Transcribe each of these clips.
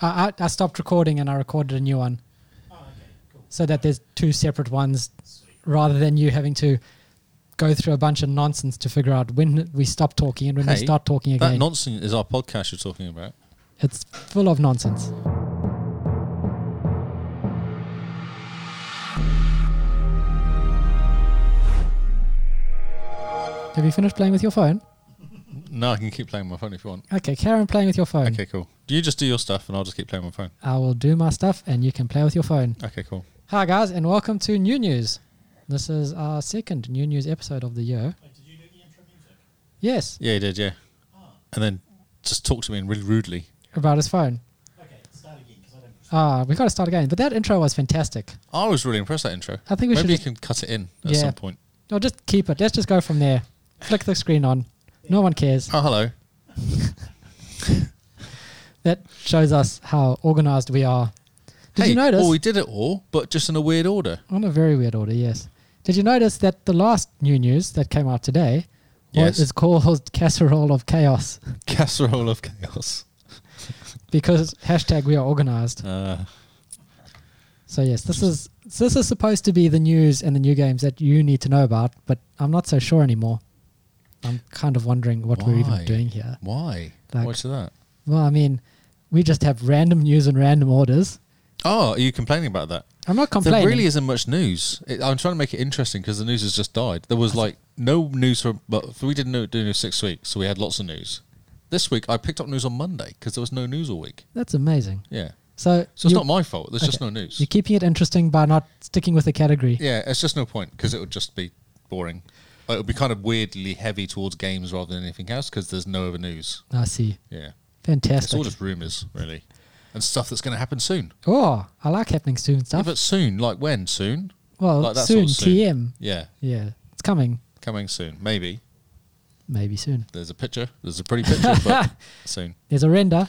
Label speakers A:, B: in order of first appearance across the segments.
A: I, I, I stopped recording and I recorded a new one so that there's two separate ones rather than you having to go through a bunch of nonsense to figure out when we stop talking and when we
B: Hey,
A: start talking
B: That
A: again.
B: nonsense is our podcast you're talking about.
A: it's full of nonsense. Have you finished playing with your phone?
B: No, I can keep playing my phone if you want.
A: Okay, Karen playing with your phone.
B: Okay, cool. Do you just do your stuff and I'll just keep playing my phone?
A: I will do my stuff and you can play with your phone.
B: Okay, cool.
A: Hi guys and welcome to New News. This is our second New News episode of the year. Yes,
B: Yeah, you did, yeah. And then just talk to me really rudely.
A: about his phone. Ah, we got to start again. But that intro was fantastic.
B: I was really impressed with that intro.
A: I think we
B: Maybe you
A: should. Just,
B: can cut it in at
A: Yeah.
B: some point.
A: no, just keep it. Let's just go from there. Flick the screen on. No one cares.
B: Oh, hello.
A: That shows us how organized we are. Did
B: hey,
A: you notice?
B: Well, we did it all, but just in a weird order.
A: on a very weird order, yes. Did you notice that the last new news that came out today wa-
B: Yes.
A: is called Casserole of Chaos
B: Casserole of chaos.
A: because hashtag we are organized.
B: Uh,
A: So yes, this is so this is supposed to be the news and the new games that you need to know about, but I'm not so sure anymore. I'm kind of wondering what we're
B: Why?
A: even doing here.
B: why?
A: Like-
B: What's that?
A: Well, I mean, we just have random news in random orders.
B: Oh, are you complaining about that?
A: I'm not complaining.
B: There really isn't much news. It, I'm trying to make it interesting because the news has just died. There was like no news for, but we didn't know, do news six weeks, so we had lots of news. This week I picked up news on Monday because there was no news all week.
A: That's amazing.
B: Yeah,
A: So,
B: so it's
A: you-
B: not my fault. There's just no news.
A: you're keeping it interesting by not sticking with the category.
B: Yeah, it's just no point because it would just be boring. It would be kind of weirdly heavy towards games rather than anything else because there's no other news.
A: I see.
B: Yeah, it's
A: Fantastic.
B: all just rumors really, and stuff that's going to happen soon.
A: oh, I like happening soon
B: Yeah,
A: stuff.
B: but soon, like when? Soon?
A: well,
B: like that
A: soon,
B: sort of soon.
A: TM.
B: Yeah,
A: Yeah, it's coming.
B: coming soon. Maybe
A: Maybe soon.
B: there's a picture. There's a pretty picture, but soon.
A: There's a render.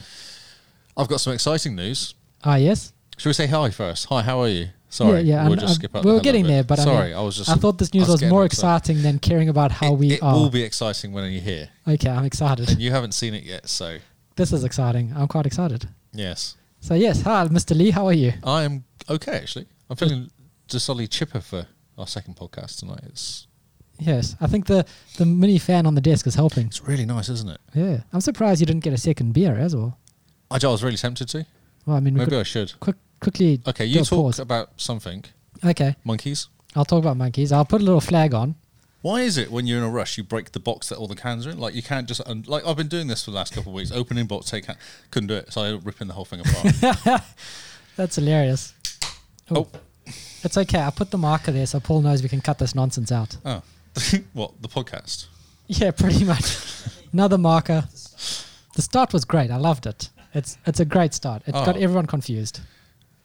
B: I've got some exciting news.
A: Ah, yes.
B: Should we say hi first? Hi, how are you? Sorry,
A: yeah,
B: we'll
A: I'm-
B: just
A: I'm-
B: skip out
A: we're
B: the hello
A: getting
B: bit.
A: there, but I mean,
B: sorry, I, was just.
A: I thought this news
B: I
A: was
B: getting
A: more
B: excited.
A: exciting than caring about how
B: it,
A: we
B: it
A: are.
B: will be exciting when you're here,
A: Okay, I'm
B: and
A: excited.
B: you haven't seen it yet, so
A: this is exciting. I'm quite excited.
B: yes,
A: So yes, hi, Mr. Lee. How are you?
B: I am okay. Actually, I'm feeling just slightly chipper for our second podcast tonight. It's
A: Yes, I think the the mini fan on the desk is helping.
B: it's really nice, isn't it?
A: Yeah, I'm surprised you didn't get a second beer as well.
B: I, I was really tempted to.
A: Well, I mean, we
B: Maybe
A: could
B: I should.
A: quick quickly.
B: Okay,
A: do
B: you
A: a
B: talk
A: pause.
B: about something.
A: Okay,
B: Monkeys.
A: I'll talk about monkeys. I'll put a little flag on.
B: Why is it when you're in a rush you break the box that all the cans are in? Like you can't just un- like I've been doing this for the last couple of weeks. Opening box, take can couldn't do it, so I ended up ripping the whole thing apart.
A: That's hilarious.
B: oh,
A: It's okay. I put the marker there so Paul knows we can cut this nonsense out.
B: oh, what the podcast?
A: Yeah, pretty much. Another marker. The start was great. I loved it. It's it's a great start. It got
B: Oh.
A: everyone confused.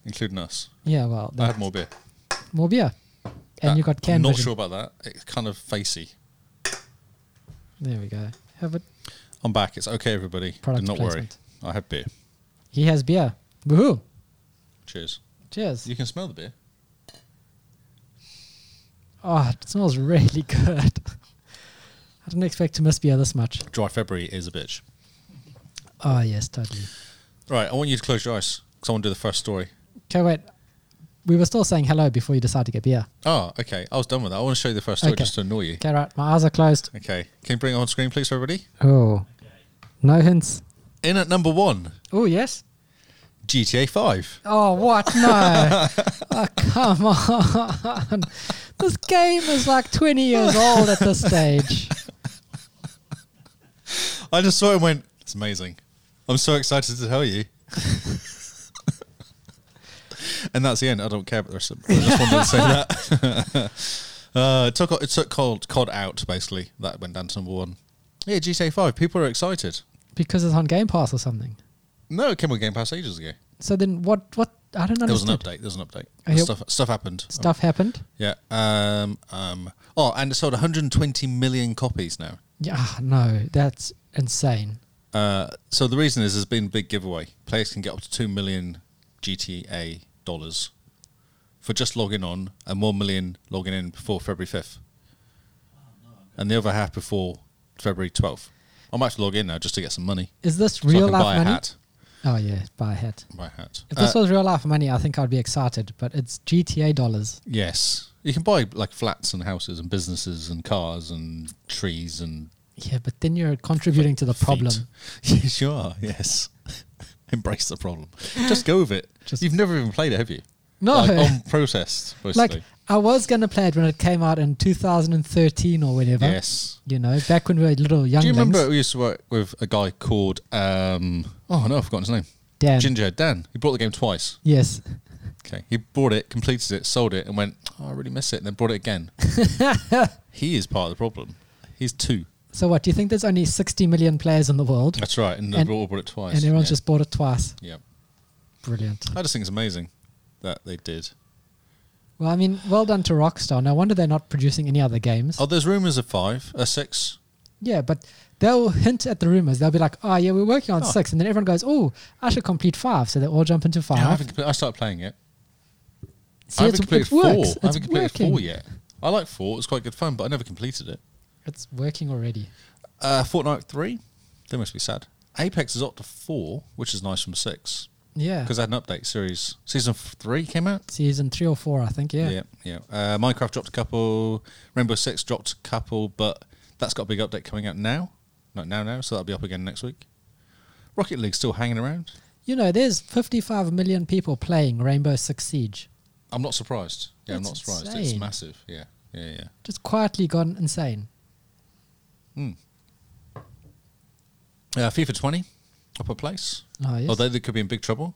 B: Including us.
A: Yeah, well,
B: I had more beer.
A: more beer, and
B: Uh,
A: you got
B: I'm
A: can
B: not
A: vision.
B: sure about that. It's kind of facey.
A: There we go. Have it.
B: I'm back. It's okay, everybody.
A: Product
B: Do not
A: placement.
B: worry. I had beer.
A: He has beer. Woohoo!
B: Cheers.
A: Cheers.
B: You can smell the beer.
A: Oh, it smells really good. I didn't expect to miss beer this much.
B: Dry February is a bitch.
A: Oh yes, totally.
B: Right. I want you to close your eyes. Cause I want to do the first story.
A: Okay, wait. We were still saying hello before you decided to get beer.
B: Oh, okay. I was done with that. I want to show you the first story
A: Okay.
B: just to annoy you.
A: Okay, right. My eyes are closed.
B: Okay. Can you bring it on screen, please, everybody?
A: Oh, no hints.
B: In at number one,
A: Oh yes.
B: GTA Five.
A: Oh, what? No. oh, come on. This game is like 20 years old at this stage.
B: I just saw it and went, it's amazing. I'm so excited to tell you. and that's the end. I don't care about the rest of it. I just wanted to say that. uh, it took, it took COD, COD out, basically. That went down to number one. Yeah, GTA 5. People are excited.
A: Because it's on Game Pass or something.
B: No, it came on Game Pass ages ago.
A: So then what? What? I don't
B: There was an
A: understand.
B: update. Oh. There was an update.
A: I hope-
B: Stuff, stuff happened.
A: Stuff happened.
B: Yeah. Um, um, oh, and it sold 120 million copies now.
A: Yeah, ah, no, that's insane.
B: Uh, so the reason is there's been a big giveaway. Players can get up to two million GTA dollars for just logging on, and one million logging in before February fifth, and the other half before February twelfth. I might have to log in now just to get some money.
A: Is this
B: So I
A: real
B: can
A: life
B: buy a
A: money?
B: hat.
A: Oh yeah, buy a hat.
B: My hat.
A: If
B: Uh,
A: this was real life money, I think I'd be excited. But it's GTA dollars.
B: yes, you can buy like flats and houses and businesses and cars and trees and
A: Yeah, but then you're contributing to the
B: feet.
A: problem.
B: Yes, you are. Yes, embrace the problem. Just go with it.
A: Just-
B: You've never even played it, have you?
A: No,
B: like, on protest mostly.
A: like I was gonna play it when it came out in 2013 or whenever.
B: yes.
A: You know, back when we were little younglings.
B: Do you remember we used to work with a guy called um, oh no, I've forgotten his name.
A: Dan.
B: Ginger Dan. He bought the game twice.
A: Yes.
B: Okay. He bought it, completed it, sold it, and went, oh, I really miss it, and then bought it again. he is part of the problem. He's two.
A: So what? Do you think there's only 60 million players in the world,
B: That's right. And,
A: And-
B: they all bought it twice.
A: and everyone's
B: yeah.
A: just bought it twice?
B: Yeah.
A: Brilliant.
B: I just think it's amazing that they did.
A: Well, I mean, well done to Rockstar. No wonder they're not producing any other games.
B: Oh, there's rumours of five, a six.
A: Yeah, but they'll hint at the rumors. They'll be like, "Oh, yeah, we're working on
B: Oh.
A: six. and then everyone goes, "Oh, I should complete five. So they all jump into five.
B: Yeah, I haven't. compl- I started playing it.
A: See,
B: I
A: it's,
B: haven't completed
A: it works.
B: four.
A: It's
B: I haven't completed
A: working.
B: four yet. I like four. It was quite good fun, but I never completed it.
A: It's working already.
B: Uh, Fortnite three. They must be sad. Apex is up to four, which is nice from six
A: Yeah,
B: because I had an update series. Season f- three came out.
A: season three or four, I think. Yeah,
B: yeah. yeah. Uh, Minecraft dropped a couple. Rainbow Six dropped a couple, but that's got a big update coming out now. Not now, now. So that'll be up again next week. Rocket League's still hanging around.
A: you know, there's 55 million people playing Rainbow Six Siege.
B: I'm not surprised. Yeah, I'm
A: That's
B: not surprised. It's
A: insane.
B: massive. Yeah, yeah, yeah.
A: Just quietly gone insane.
B: Uh, FIFA 20 up a place.
A: Oh yes.
B: Although they could be in big trouble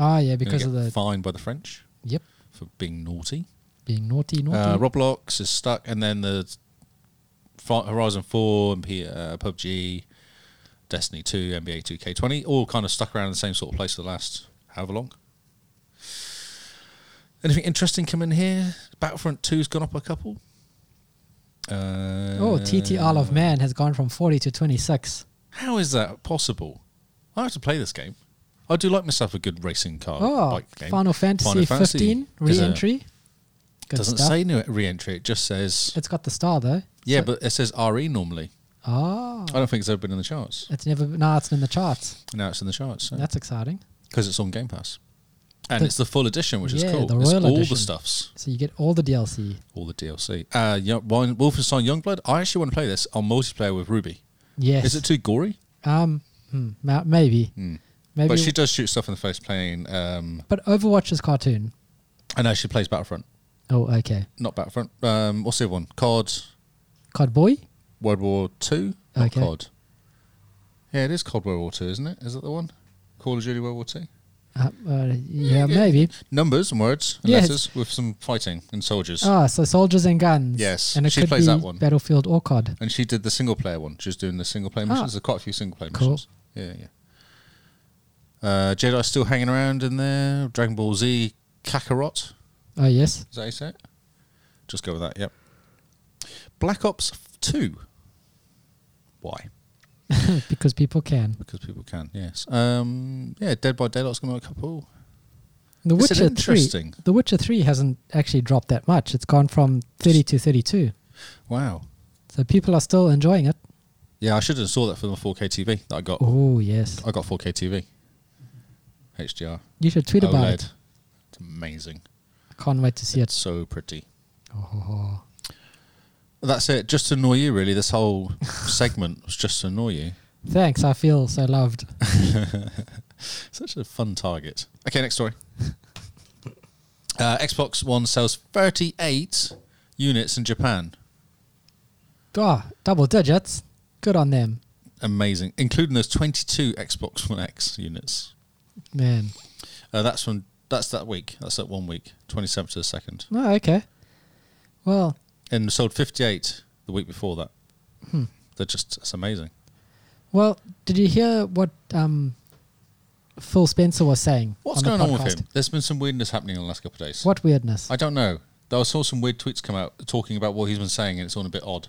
A: oh yeah,
B: They're gonna
A: because of
B: get
A: the
B: fined by the French
A: yep
B: for being naughty.
A: being naughty, naughty.
B: Uh, Roblox is stuck, and then the Fa- Horizon 4 and P- uh, PUBG, Destiny 2, NBA 2K20, all kind of stuck around in the same sort of place for the last however long. Anything interesting come in here? Battlefront 2's gone up a couple. Uh,
A: oh, TT Isle of Man has gone from 40 to 26.
B: How is that possible? I have to play this game. I do like myself a good racing car
A: Oh,
B: bike game.
A: Final Fantasy,
B: Final Fantasy
A: 15
B: is a-
A: re-entry. Good
B: doesn't
A: stuff.
B: say new re-entry. It just says
A: It's got the star though.
B: yeah,
A: So-
B: but it says RE normally.
A: Oh,
B: I don't think it's ever been in the charts.
A: it's never. Now it's in the charts.
B: Now it's in the charts
A: That's exciting.
B: because it's on Game Pass, and
A: The-
B: it's the full edition, which
A: Yeah,
B: is cool.
A: the
B: it's
A: Royal
B: all
A: Edition.
B: the stuffs,
A: So you get all the DLC.
B: all the DLC. Uh, yeah, Wine- Wolfenstein Youngblood. I actually want to play this on multiplayer with Ruby.
A: Yes.
B: Is it too gory?
A: um, hmm, ma- maybe. Maybe.
B: But she does shoot stuff in the face playing. Um,
A: but Overwatch is cartoon.
B: I know she plays Battlefront,
A: Oh, okay.
B: not Battlefront. Um, what's the other one? COD.
A: COD Boy.
B: World War Two, not
A: Okay.
B: COD. Yeah, it is COD World War Two, isn't it? Is that the one? Call of Duty World War Two.
A: Uh, uh, yeah, maybe.
B: Numbers and words and
A: Yeah, it's-
B: letters with some fighting and soldiers.
A: Ah, so soldiers and guns.
B: Yes,
A: and it
B: she
A: could
B: plays
A: be
B: that one.
A: Battlefield or COD.
B: And she did the single player one. She was doing the single player
A: Ah.
B: missions. There's quite a few single player
A: Cool.
B: missions. Yeah, yeah. Uh, Jedi still hanging around in there. Dragon Ball Z Kakarot.
A: Oh yes.
B: Is that how you say it? Just go with that. Yep. Black Ops Two. Why?
A: because people can.
B: Because people can. Yes. Um, yeah. Dead by Daylight's going to a couple.
A: The
B: Is it
A: Witcher
B: interesting?
A: Three. The Witcher Three hasn't actually dropped that much. It's gone from 30 to 32.
B: Wow.
A: So people are still enjoying it.
B: Yeah, I should have saw that for my 4K TV that I got.
A: Oh yes.
B: I got 4K TV. HDR.
A: You should tweet about
B: OLED.
A: it.
B: E It's amazing.
A: I can't wait to see
B: It's
A: it.
B: so pretty.
A: Oh.
B: That's it. Just to annoy you, really. This whole segment was just to annoy you.
A: Thanks. I feel so loved.
B: Such a fun target. Okay, next story. Uh, Xbox One sells 38 units in Japan.
A: Ah, double digits. Good on them,
B: Amazing. Including those 22 Xbox One X units.
A: man.
B: Uh, that's from that's that week. That's that one week, 27th to the 2nd.
A: Oh, okay. Well,
B: and sold 58 the week before that. They're just it's amazing.
A: well. Did you hear what um, Phil Spencer was saying?
B: What's
A: the
B: going on with
A: podcast?
B: him? There's been some weirdness happening in the last couple of days.
A: What weirdness?
B: I don't know. I saw some weird tweets come out talking about what he's been saying, and it's all a bit odd.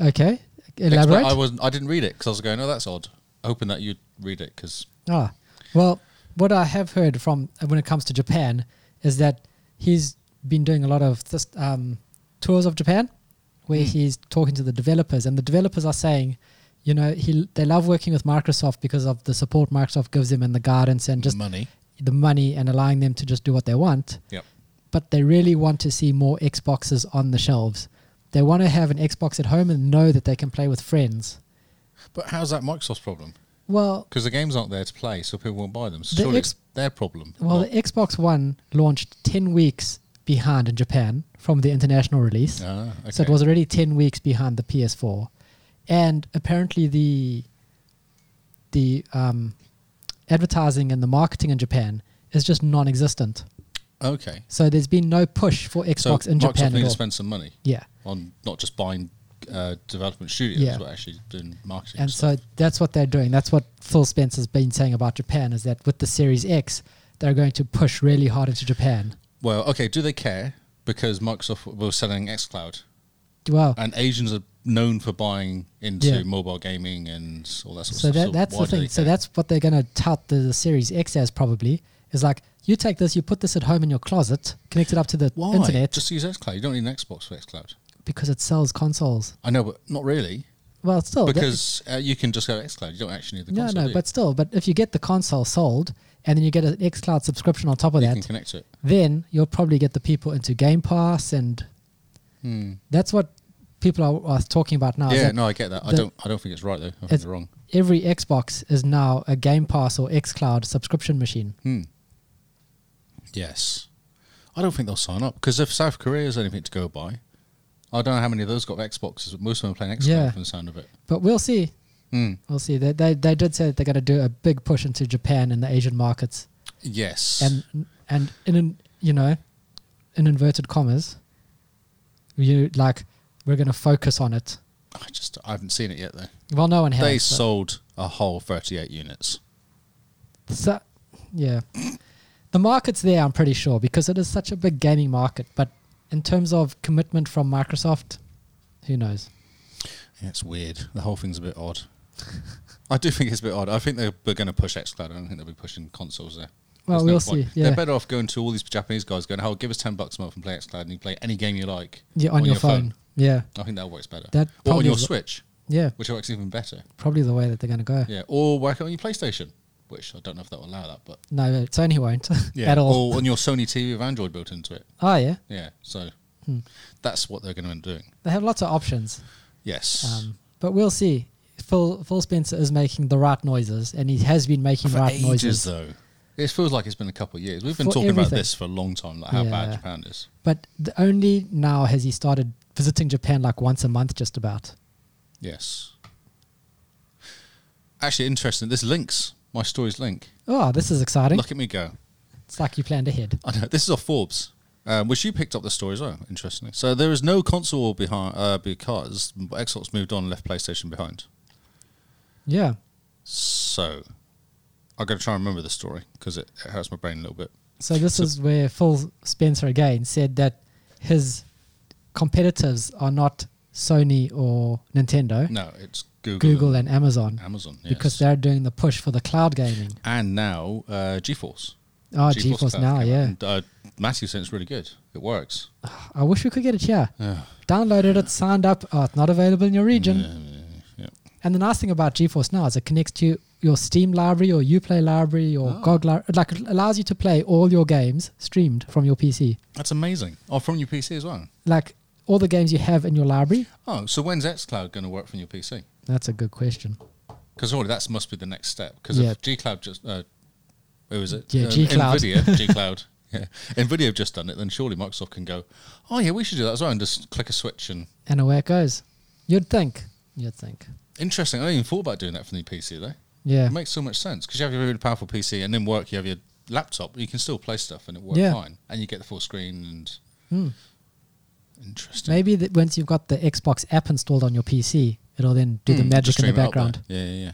A: okay,
B: Expe-
A: elaborate.
B: I wasn't. I didn't read it because I was going, "Oh, that's odd." Hoping that you'd read it because
A: Ah, well, what I have heard from uh, when it comes to Japan is that he's been doing a lot of this,
B: Hmm.
A: um, tours of Japan, where he's talking to the developers, and the developers are saying, you know, he they love working with Microsoft because of the support Microsoft gives them and the guidance and just
B: money.
A: the money and allowing them to just do what they want.
B: Yep.
A: But they really want to see more Xboxes on the shelves. They want to have an Xbox at home and know that they can play with friends.
B: But how's that Microsoft's problem?
A: Well,
B: Because the games aren't there to play, so people won't buy them. So
A: The
B: surely
A: ex-
B: it's their problem.
A: well,
B: not-
A: the Xbox One launched 10 weeks behind in Japan from the international release.
B: Ah, okay.
A: So it was already 10 weeks behind the PS4. And apparently the the um, advertising and the marketing in Japan is just non-existent.
B: okay.
A: So there's been no push for Xbox
B: so
A: in
B: Microsoft
A: Japan
B: need
A: at
B: to
A: all.
B: spend some money
A: yeah.
B: on not just buying uh, development studios,
A: Yeah.
B: but actually doing marketing.
A: And
B: stuff.
A: so that's what they're doing. That's what Phil Spencer's been saying about Japan is that with the Series X, they're going to push really hard into Japan.
B: well, okay. Do they care? Because Microsoft was selling XCloud,
A: Well,
B: and Asians are known for buying into
A: Yeah.
B: mobile gaming and all that sort of
A: so
B: stuff.
A: that, that's
B: why
A: the
B: do they
A: thing. So
B: care?
A: that's what they're going to tout the, the Series X as probably is like you take this, you put this at home in your closet, connect it up to the
B: why
A: internet
B: Just use XCloud. You don't need an Xbox for XCloud.
A: because it sells consoles.
B: I know, but not really,
A: Well, still Oh, that-
B: because uh, you can just go to XCloud. You don't actually need the
A: no,
B: console. do
A: no,
B: you?
A: but still, but if you get the console sold and then you get an XCloud subscription on top of
B: you
A: that,
B: can connect to it.
A: then you'll probably get the people into Game Pass, and
B: Hmm.
A: that's what people are, are talking about now. is
B: Yeah,
A: Uh, that
B: no, I get that. I
A: the-
B: don't. I don't think it's right though. I think
A: It's-
B: they're wrong.
A: Every Xbox is now a Game Pass or XCloud subscription machine.
B: Hmm. Yes, I don't think they'll sign up because if South Korea is anything to go by, I don't know how many of those got Xboxes, but most of them are playing Xbox
A: Yeah.
B: from the sound of it.
A: But we'll see.
B: Hmm.
A: We'll see. They, they, they did say that they're going to do a big push into Japan and the Asian markets,
B: Yes,
A: and and in an, you know, in inverted commas, you like we're going to focus on it.
B: I just I haven't seen it yet though.
A: Well, no one has.
B: they
A: but-
B: sold a whole thirty-eight units.
A: So, yeah, the market's there. I'm pretty sure because it is such a big gaming market. But in terms of commitment from Microsoft, who knows?
B: Yeah, it's weird. The whole thing's a bit odd. I do think it's a bit odd. I think they're, they're going to push XCloud. I don't think they'll be pushing consoles there.
A: Well,
B: There's
A: we'll
B: no
A: see.
B: point.
A: Yeah,
B: They're better off going to all these Japanese guys going, "Oh, give us ten bucks a month and play XCloud, and you play any game you like."
A: yeah, on, your, phone. Yeah,
B: I think that works better.
A: that
B: Or on
A: probably
B: your
A: is-
B: Switch,
A: yeah,
B: which works even better.
A: probably the way that they're going to go.
B: Yeah, or work on your PlayStation, which I don't know if that will allow that, but
A: No, No, Sony won't at all.
B: Or on your Sony TV with Android built into it.
A: oh yeah,
B: Yeah, so
A: Hmm.
B: that's what they're going to end up doing.
A: they have lots of options.
B: Yes,
A: Um, but we'll see. Phil Phil Spencer is making the right noises, and he has been making
B: for
A: right
B: ages
A: noises.
B: though. It feels like it's been a couple of years. We've been
A: For
B: talking about
A: everything.
B: this for a long time, like how bad
A: Yeah.
B: Japan is.
A: But the only now has he started visiting Japan like once a month, just about.
B: Yes. Actually, interesting. This links my stories link.
A: Oh, this is exciting.
B: Look at me go.
A: It's like you planned ahead.
B: I know this is off Forbes, um, which you picked up the story as well. Interestingly, so there is no console war behind uh, because Xbox moved on and left PlayStation behind.
A: Yeah.
B: So I'm going to try and remember the story because it, it hurts my brain a little bit.
A: So this
B: So-
A: is where Phil Spencer again said that his competitors are not Sony or Nintendo,
B: No, it's Google,
A: Google and Amazon,
B: Amazon yes.
A: because they're doing the push for the cloud gaming.
B: and now uh, GeForce.
A: Oh, GeForce
B: Cloud
A: Now,
B: came out,
A: yeah.
B: And, uh, Matthew said it's really good. It works.
A: I wish we could get it here.
B: Yeah.
A: Downloaded it, signed up. Oh, it's not available in your region.
B: Yeah, yeah.
A: And the nice thing about GeForce Now is it connects to your Steam library or Uplay library or
B: Oh.
A: GOG library. Like, it allows you to play all your games streamed from your PC.
B: That's amazing. Oh, from your PC as well.
A: Like, all the games you have in your library.
B: Oh, so when's XCloud going to work from your PC?
A: That's a good question.
B: Because already that must be the next step. Because
A: Yeah.
B: if GCloud just, uh, who is it?
A: Yeah,
B: Uh,
A: G-Cloud.
B: Nvidia, GCloud. Yeah, Nvidia have just done it. Then surely Microsoft can go. Oh yeah, we should do that as well, and just click a switch. And
A: And away it goes. You'd think. You'd think.
B: interesting, I didn't even thought about doing that from the PC though.
A: Yeah.
B: It makes so much sense because you have your really powerful PC, and in work you have your laptop. You can still play stuff, and it works
A: Yeah.
B: fine. And you get the full screen. And
A: Hmm.
B: interesting.
A: Maybe that once you've got the Xbox app installed on your PC, it'll then do the
B: Hmm,
A: magic
B: just
A: in the
B: stream it out there.
A: background.
B: Yeah, yeah,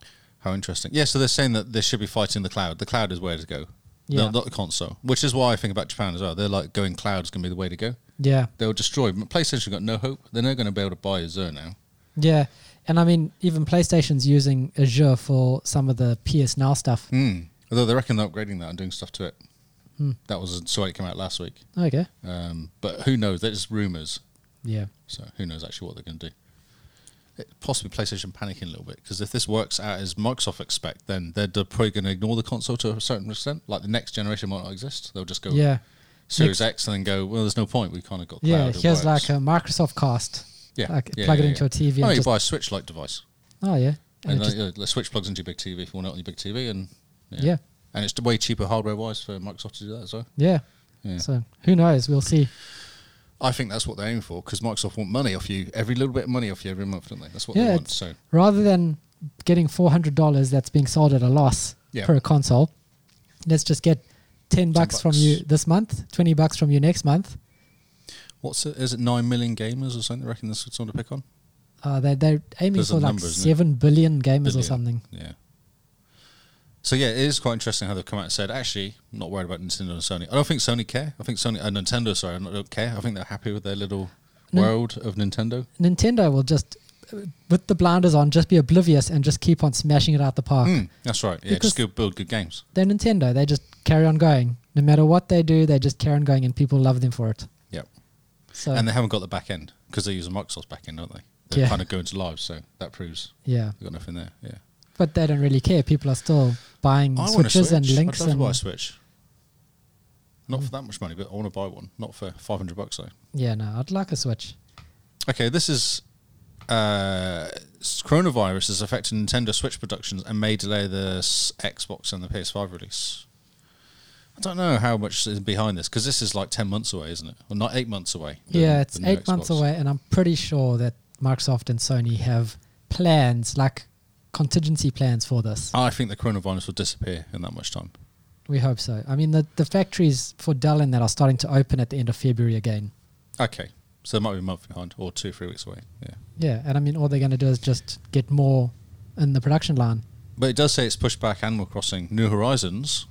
B: yeah. How interesting. Yeah, so they're saying that they should be fighting the cloud. The cloud is where to go.
A: Yeah.
B: Not, not the console, which is why I think about Japan as well. They're like going cloud is going to be the way to go.
A: Yeah.
B: They'll destroy. PlayStation got no hope. They're not going to be able to buy Azure now.
A: Yeah. And I mean, even PlayStation's using Azure for some of the PS Now stuff.
B: Hmm. Although they reckon they're upgrading that and doing stuff to it.
A: Hmm.
B: That was a story that came out last week.
A: Okay.
B: Um, but who knows? They're just rumors.
A: Yeah.
B: So who knows actually what they're going to do? possibly PlayStation panicking a little bit because if this works out as Microsoft expect, then they're, they're probably going to ignore the console to a certain extent. Like the next generation might not exist; they'll just go
A: yeah.
B: Series X and then go, well, there's no point. We kind of got cloud.
A: Yeah,
B: it
A: here's
B: works."
A: like a Microsoft cast.
B: yeah,
A: like,
B: yeah,
A: plug it
B: yeah,
A: into
B: yeah.
A: a TV
B: No,
A: and
B: you
A: just-
B: buy a Switch like device,
A: Oh yeah, and,
B: and,
A: it
B: uh,
A: just,
B: yeah, the Switch plugs into your big TV if you want it on your big TV, and yeah,
A: yeah.
B: and it's way cheaper hardware wise for Microsoft to do that as well.
A: yeah,
B: Yeah.
A: So who knows? We'll see.
B: I think that's what they're aiming for because Microsoft want money off you every little bit of money off you every month, don't they? That's what
A: Yeah,
B: they want.
A: it's-
B: So
A: Rather than getting four hundred dollars that's being sold at a loss
B: Yeah.
A: per console, let's just get ten bucks, from
B: bucks.
A: you this month, twenty bucks from you next month.
B: what's it? Is it nine million gamers or something? They reckon this is something to pick on.
A: Uh, they they're aiming
B: There's a
A: for like
B: number, isn't it?
A: seven billion gamers or
B: Billion.
A: something.
B: Yeah. So yeah, it is quite interesting how they've come out and said, actually, I'm not worried about Nintendo and Sony. I don't think Sony care. I think Sony, uh, Nintendo, sorry, I don't- don't care. I think they're happy with their little
A: Nin-
B: world of Nintendo.
A: Nintendo will just, uh, with the blinders on, just be oblivious and just keep on smashing it out the park.
B: Mm, that's right. Yeah,
A: Because-
B: just go build good games.
A: They're Nintendo. They just carry on going. No matter what they do, they just carry on going, and people love them for it.
B: Yep.
A: So
B: and they haven't got the back end because they use a Microsoft back end, don't they? They're
A: Uh. Yeah.
B: kind of going to live, so that proves
A: yeah,
B: they've got nothing there. Yeah.
A: but they don't really care. People are still buying
B: I want
A: Mm,
B: a
A: switches
B: Switch.
A: and links
B: I'd love to buy a
A: and
B: Switch. Not for that much money, but I want to buy one. Not for 500 bucks, though.
A: yeah. No, I'd like a switch.
B: Okay, this is uh, s- coronavirus has affected Nintendo Switch productions and may delay the s- Xbox and the PS5 release. I don't know how much is behind this because this is like ten months away, isn't it? Well, not eight months away. the-
A: yeah, it's
B: the new
A: eight months
B: Xbox.
A: away, and I'm pretty sure that Microsoft and Sony have plans, like contingency plans for this.
B: I think the coronavirus will disappear in that much time.
A: We hope so. I mean, the the factories for Dell and that are starting to open at the end of February again.
B: Okay, so it might be a month behind or two, three weeks away. Yeah,
A: Yeah, and I mean, all they're going to do is just get more in the production line.
B: but it does say it's pushed back Animal Crossing New Horizons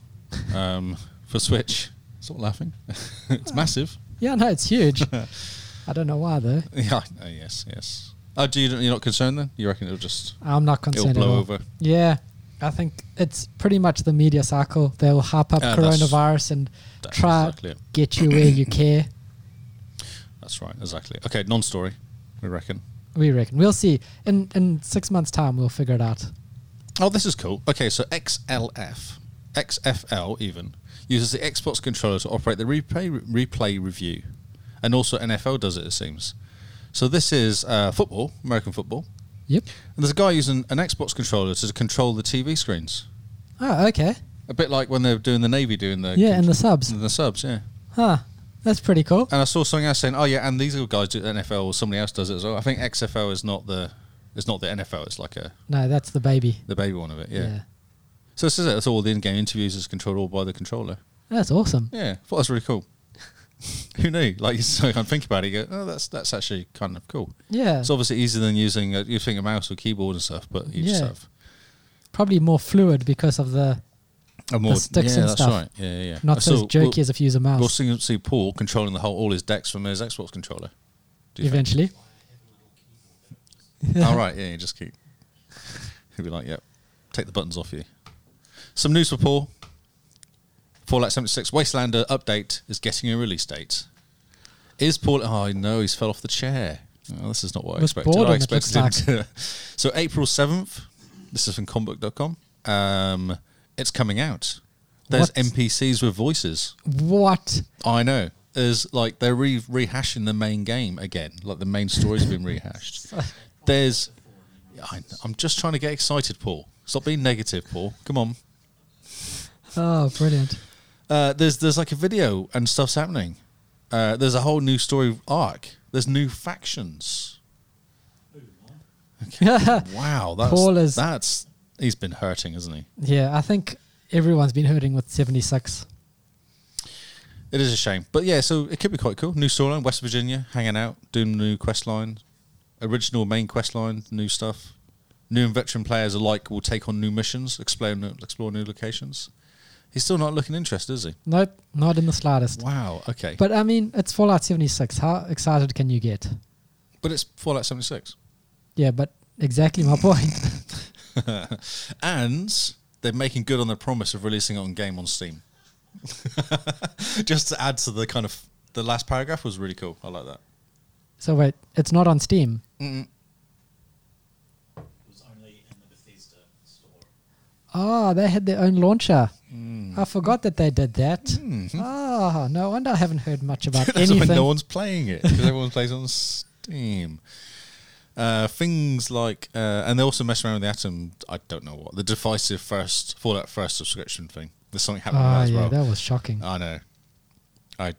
B: um, for Switch. Stop laughing. it's massive.
A: Yeah, no, it's huge. I don't know why though.
B: Yeah. I- oh, yes. Yes. Oh, do you? You're not concerned then? You reckon it'll just
A: I'm not
B: it'll
A: concerned at
B: blow
A: all.
B: over?
A: Yeah, I think it's pretty much the media cycle. They'll hype up
B: Yeah, that's-
A: coronavirus and
B: That's
A: Try-
B: exactly it.
A: get you where you care.
B: That's right. Exactly. Okay. Non-story. We reckon.
A: We reckon. We'll see. In in six months' time, we'll figure it out.
B: Oh, this is cool. Okay, so XLF, XFL even uses the Xbox controller to operate the replay replay review, and also NFL does it. It seems. So this is uh, football, American football,
A: Yep.
B: and there's a guy using an Xbox controller to control the TV screens.
A: Oh, okay.
B: A bit like when they're doing the Navy doing the
A: Yeah, and the subs.
B: the subs, yeah.
A: Huh. That's pretty cool.
B: And I saw something else saying, "Oh yeah, and these little guys do the NFL, or somebody else does it as well." I think XFL is not the it's not the NFL. It's like a
A: No, that's the baby.
B: the baby one of it. Yeah. So this is it. That's all the in-game interviews is controlled all by the controller.
A: That's awesome.
B: Yeah, I thought that was really cool. Who knew? Like you so I think about it, you go, "Oh, that's that's actually kind of cool."
A: Yeah.
B: It's obviously easier than using a, you think a mouse or keyboard and stuff, but you just
A: Yeah.
B: have
A: Probably more fluid because of the
B: a more
A: sticks
B: yeah,
A: and
B: that's
A: stuff.
B: right. Yeah, yeah. yeah.
A: not
B: so
A: as jerky as if you use a
B: We'll, we'll
A: mouse.
B: see, see Paul controlling the whole all his decks from his Xbox controller. Do you think?
A: eventually.
B: All Oh, right, yeah, you just keep. He'll be like, yep, take the buttons off you. Some news for Paul. Fallout 76 Wastelander update is getting a release date. Is Paul? Oh no, he's fell off the chair. Oh, this is not what I
A: Was
B: expected.
A: bored
B: I
A: on it, looks
B: expected him to. So April 7th. This is from combook.com. Um, it's coming out. There's
A: What?
B: NPCs with voices.
A: What?
B: I know. There's like they're re- rehashing the main game again. Like the main story's been rehashed. There's. I, I'm just trying to get excited, Paul. Stop being negative, Paul. Come on.
A: Oh, brilliant.
B: Uh, there's there's like a video and stuff's happening. Uh, there's a whole new story arc. There's new factions. Wow, that's
A: Paul is-
B: that's he's been hurting, isn't he?
A: yeah, I think everyone's been hurting with 76.
B: It is a shame, but yeah, so it could be quite cool. New storyline, West Virginia, hanging out, doing new quest line, original main quest line, new stuff. New and veteran players alike will take on new missions, explore new, explore new locations. He's still not looking interested, is he?
A: Nope, not in the slightest.
B: Wow. Okay. But,
A: But I mean, it's Fallout 76. How excited can you get?
B: it's Fallout seventy six,
A: Yeah, but exactly my point.
B: and they're making good on their promise of releasing it on game on Steam. Just to add to the kind of the last paragraph was really cool. I like that.
A: so wait, it's not on Steam.
B: Mm.
A: Ah, they had their own launcher.
B: Hmm.
A: I forgot that they did that. Ah, no wonder I haven't heard much about
B: That's when
A: anything.
B: no one's playing it because everyone plays on Steam. Uh, things like, uh, and they also mess around with the Atom. I don't know what the divisive first Fallout first subscription thing. There's something happening with
A: Ah,
B: that as
A: yeah,
B: well. Um,
A: that was shocking.
B: I know. I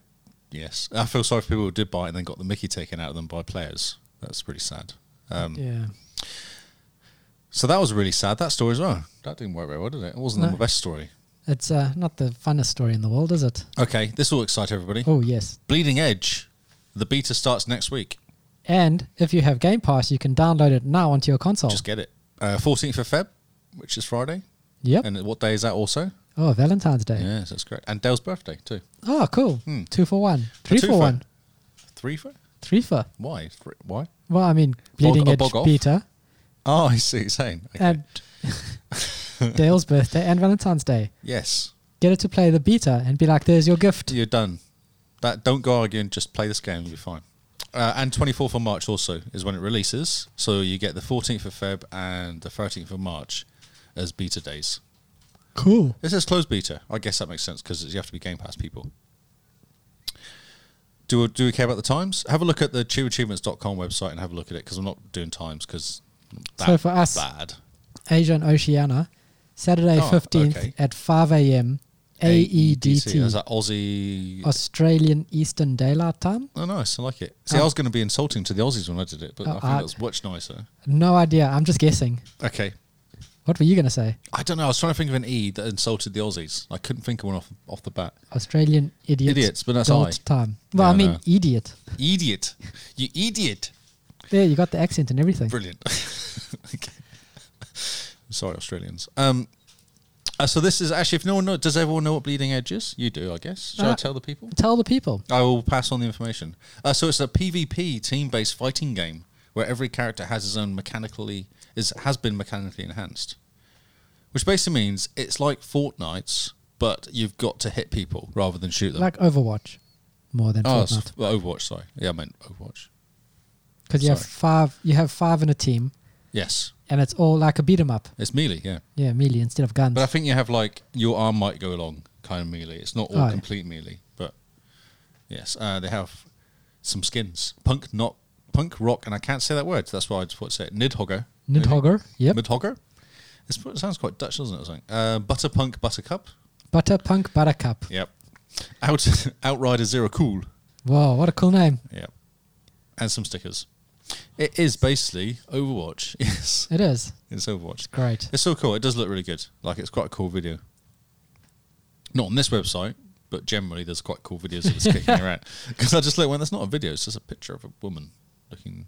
B: yes, I feel sorry for people who did buy it and then got the Mickey taken out of them by players. That's pretty sad. Um,
A: yeah.
B: So that was really sad. That story as well. That didn't work very well, did it? It wasn't
A: No.
B: the best story.
A: It's uh, not the funnest story in the world, is it?
B: Okay, this will excite everybody.
A: Oh, yes.
B: Bleeding Edge, the beta starts next week.
A: And if you have Game Pass, you can download it now onto your console.
B: Just get it. Uh, Fourteenth of Feb, which is Friday.
A: Yep.
B: And what day is that also?
A: Oh, Valentine's Day.
B: Yes, that's correct. And Dale's birthday too.
A: Oh, cool.
B: Hmm.
A: Two for one. Three
B: Two
A: for one.
B: Three for
A: Three for.
B: why? Three, why?
A: Well, I mean, Bleeding
B: a
A: Edge
B: bog off.
A: Beta
B: Oh, I see. Same. Okay.
A: and Dale's birthday and Valentine's Day.
B: yes,
A: Get it to play the beta and be like, there's your gift.
B: you're done. That don't go arguing. Just play this game. You'll be fine. Uh, and 24th of March also is when it releases. So you get the 14th of Feb and the 13th of March as beta days.
A: Cool.
B: This is closed beta. I guess that makes sense because you have to be Game Pass people. Do, do we care about the times? Have a look at the chewachievements.com website and have a look at it because I'm not doing times because that
A: So for us-
B: bad.
A: Asia and Oceania, Saturday
B: Oh,
A: 15th
B: okay. E
A: at 5 a.m. E AEDT,
B: Is that Aussie?
A: Australian Eastern Daylight Time.
B: oh, nice. I like it. See, I
A: Oh.
B: was going to be insulting to the Aussies when I did it, but
A: Oh,
B: I think
A: I-
B: that's much nicer.
A: No idea. I'm just guessing.
B: Okay.
A: What were you going to say?
B: I don't know. I was trying to think of an E that insulted the Aussies. I couldn't think of one off, off the bat.
A: Australian idiot.
B: Idiots, but that's
A: Dalt
B: I.
A: time. Well,
B: Yeah,
A: I mean,
B: I know.
A: idiot.
B: Idiot. You idiot.
A: There, you got the accent and everything.
B: Brilliant. okay. Sorry, Australians. Um, uh, so this is actually, if no one knows, does everyone know what Bleeding Edge is? You do, I guess. Shall I
A: Uh,
B: tell the people?
A: Tell the people.
B: I will pass on the information. Uh, so it's a PvP team-based fighting game where every character has his own mechanically is has been mechanically enhanced, which basically means it's like Fortnite's, but you've got to hit people rather than shoot them.
A: Like Overwatch, more than
B: oh,
A: Fortnite. 'Cause
B: it's-
A: Fortnite,
B: well, Overwatch. Sorry, yeah, I meant Overwatch.
A: because you have
B: sorry.
A: five. You have five in a team,
B: Yes,
A: and it's all like a beat 'em up.
B: it's melee. Yeah,
A: Yeah, melee instead of guns.
B: but I think you have like your arm might go along kind of melee. It's not all
A: Oh, yeah.
B: complete melee, but yes, uh, they have some skins. Punk not punk rock, and I can't say that word. That's why I just want to say it. Nidhogger. maybe?
A: Nidhogger. Yep.
B: Midhogger. It's, it sounds quite Dutch, doesn't it? Or something. Uh, Butterpunk Buttercup.
A: Butterpunk Buttercup.
B: Yep. Out Outrider Zero Cool.
A: Wow, what a cool name.
B: Yep. And some stickers. It is basically Overwatch. Yes,
A: It is.
B: it's Overwatch.
A: Great.
B: It's so cool. It does look really good. Like it's quite a cool video. Not on this website, but generally there's quite cool videos of this kicking around. Because I just look when that's not a video. It's just a picture of a woman looking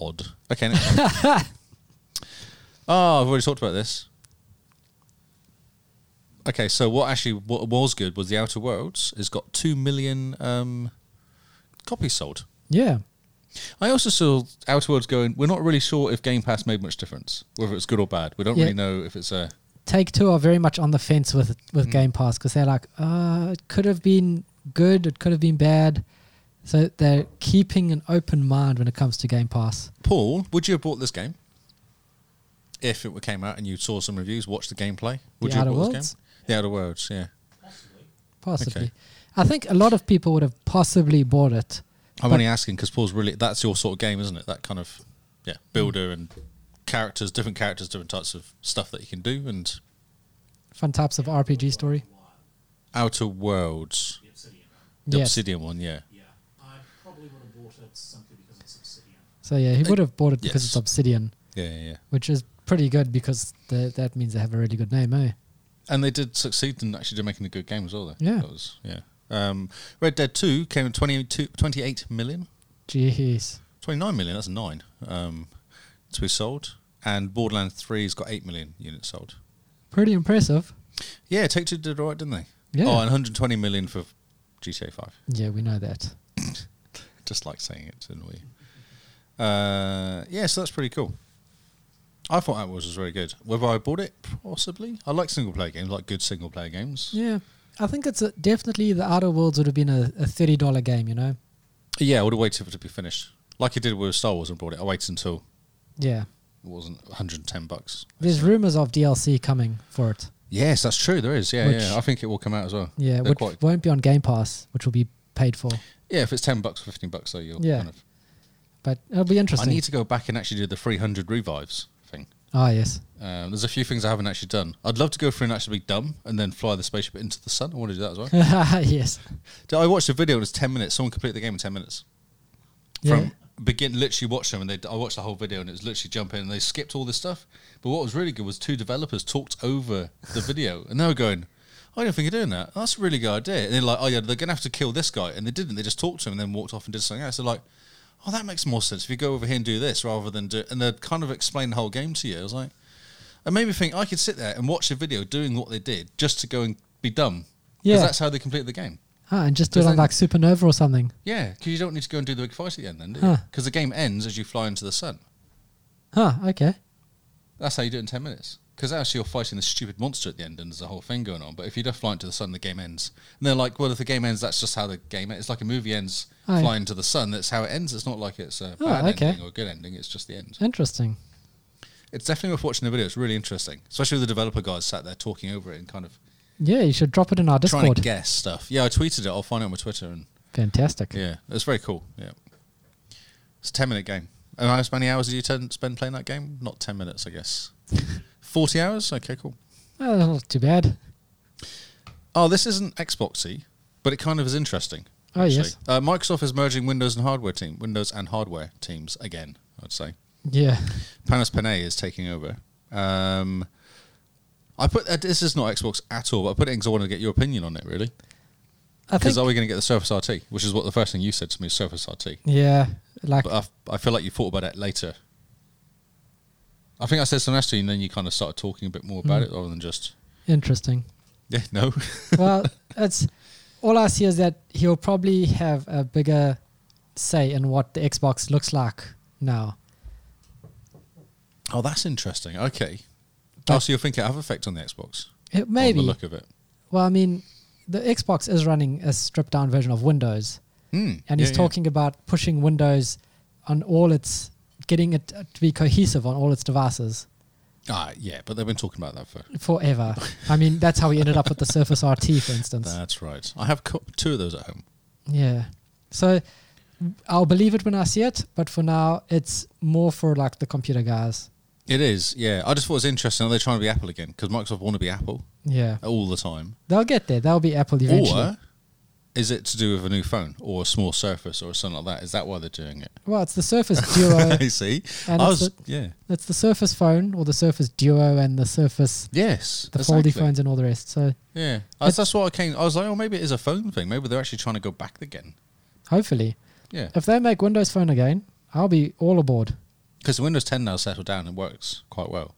B: odd. Okay. Next one. oh, I've already talked about this. Okay, so what actually what was good was The Outer Worlds has got two million um, copies sold.
A: Yeah.
B: I also saw Outer Worlds going, we're not really sure if Game Pass made much difference, whether it's good or bad. We don't
A: Yeah.
B: really know if it's a.
A: Take Two are very much on the fence with with
B: Mm.
A: Game Pass because they're like, uh, it could have been good, it could have been bad. So they're keeping an open mind when it comes to Game Pass.
B: Paul, would you have bought this game? If it came out and you saw some reviews, watched the gameplay, would
A: The
B: you have
A: Outer
B: bought this
A: Worlds?
B: game? The Outer Worlds, yeah.
A: Possibly.
B: Okay.
A: I think a lot of people would have possibly bought it.
B: I'm
A: But-
B: only asking because Paul's really, that's your sort of game, isn't it? That kind of, yeah, builder and characters, different characters, different types of stuff that you can do. And
A: Fun types of RPG story.
B: Outer Worlds,
C: The Obsidian.
B: the
A: Yes.
B: Obsidian one, yeah.
C: Yeah. I probably would have bought it simply because it's Obsidian.
A: So yeah, he would have bought it because
B: Yes.
A: it's Obsidian,
B: Yeah, yeah, yeah.
A: which is pretty good because the, that means they have a really good name, eh?
B: And they did succeed in actually making a good game as well, though.
A: Yeah.
B: That was, yeah. Um, Red Dead 2 came in 22, 28 million.
A: Jeez.
B: 29 million, that's nine, um, to be sold. And Borderlands 3's got 8 million units sold.
A: Pretty impressive.
B: Yeah, Take Two did all right, didn't they?
A: Yeah.
B: Oh, and 120 million for GTA 5.
A: Yeah, we know that.
B: Just like saying it to annoy you. Uh, yeah, so that's pretty cool. I thought that was was very good. Whether I bought it, possibly. I like single player games, like good single player games.
A: Yeah. I think it's a, definitely the Outer Worlds would have been a, a thirty dollar game, you know?
B: Yeah, I would have waited for it to be finished. Like I did with Star Wars and bought it. I waited until
A: Yeah.
B: It wasn't 110 bucks.
A: There's rumors of DLC coming for it.
B: Yes, that's true. There is. Yeah,
A: Which-
B: yeah. I think it will come out as well.
A: Yeah,
B: They're
A: which
B: quite-
A: won't be on Game Pass, which will be paid for.
B: Yeah, if it's 10 bucks, 15 bucks, though, you'll
A: Yeah.
B: kind of.
A: But it'll be
B: I
A: interesting.
B: need to go back and actually do the 300 revives thing.
A: ah, yes.
B: Um, there's a few things I haven't actually done. I'd love to go through and actually be dumb and then fly the spaceship into the sun. I want to do that as well.
A: yes.
B: Did- I watched a video. It was ten minutes. Someone completed the game in ten minutes.
A: Yeah.
B: From begin, literally watched them, and they. I watched the whole video, and it was literally jumping, and they skipped all this stuff. But what was really good was two developers talked over the video, and they were going, "Oh, "I don't think you're doing that. That's a really good idea." And they're like, "Oh yeah, they're gonna have to kill this guy," and they didn't. They just talked to him, and then walked off and did something else. They're like, "Oh, that makes more sense if you go over here and do this rather than do." And they kind of explained the whole game to you. I was like, it made me think I could sit there and watch a video doing what they did just to go and be dumb.
A: Yeah.
B: Because that's how they completed the game.
A: Ah, and just do it
B: Does
A: on
B: that-
A: like Supernova or something.
B: Yeah, because you don't need to go and do the big fight at the end, then, do
A: Huh.
B: you? Because the game ends as you fly into the sun.
A: Huh, okay.
B: That's how you do it in 10 minutes. Because actually, you're fighting this stupid monster at the end, and there's a whole thing going on. But if you just fly into the sun, the game ends. And they're like, well, if the game ends, that's just how the game ends. It's like a movie ends
A: Oh, yeah.
B: flying to the sun. That's how it ends. It's not like it's a
A: Oh,
B: bad
A: okay.
B: ending or a good ending. It's just the end.
A: Interesting.
B: It's definitely worth watching the video. It's really interesting. Especially with the developer guys sat there talking over it and kind of
A: Yeah, you should drop it in our
B: trying to
A: Discord.
B: guess stuff. Yeah, I tweeted it. I'll find it on my Twitter. And
A: Fantastic.
B: yeah, it's very cool. Yeah, it's a ten-minute game. And how many hours did you ten, spend playing that game? Not ten minutes, I guess. Forty hours. Okay, cool.
A: Oh, that's not too bad.
B: Oh, this isn't Xboxy, but it kind of is interesting.
A: Oh, yes.
B: Uh, Microsoft is merging Windows and hardware team, Windows and hardware teams again. I'd say.
A: Yeah.
B: Panos Panay is taking over. Um, I put uh, this is not Xbox at all, but I put it because I wanted to get your opinion on it. Really,
A: I think.
B: because are we going to get the Surface RT? Which is what the first thing you said to me: is Surface RT.
A: yeah. Like,
B: But I f- I, feel like you thought about it later. I think I said something else to you, and then you kind of started talking a bit more
A: Mm.
B: about it rather than just
A: interesting.
B: yeah, no.
A: well, it's all I see is that he'll probably have a bigger say in what the Xbox looks like now.
B: oh, that's interesting. Okay.
A: But-
B: oh, so you think it have effect on the Xbox?
A: It,
B: on
A: maybe.
B: the look of it.
A: Well, I mean, the Xbox is running a stripped down version of Windows,
B: Hmm.
A: and
B: Yeah,
A: he's
B: yeah.
A: talking about pushing Windows on all its, getting it to be cohesive on all its devices
B: Ah, yeah, but they've been talking about that for.
A: forever. I mean, that's how we ended up with the Surface RT, for instance.
B: That's right. I have co- two of those at home.
A: Yeah. So I'll believe it when I see it, but for now, it's more for like the computer guys.
B: It is, yeah. I just thought it was interesting. Are they trying to be Apple again? Because Microsoft want to be Apple
A: Yeah.
B: all the time.
A: They'll get there. They'll be Apple eventually.
B: Or is it to do with a new phone or a small Surface or something like that? Is that why they're doing it?
A: Well, it's the Surface Duo.
B: I see.
A: And
B: I
A: it's
B: was,
A: the-
B: yeah.
A: it's the Surface phone or the Surface Duo and the Surface,
B: Yes.
A: the
B: exactly.
A: foldy phones and all the rest. So
B: Yeah. That's, that's what I came. I was like, oh, maybe it is a phone thing. Maybe they're actually trying to go back again.
A: hopefully,
B: Yeah.
A: if they make Windows Phone again, I'll be all aboard.
B: Because Windows 10 now settled down and works quite well.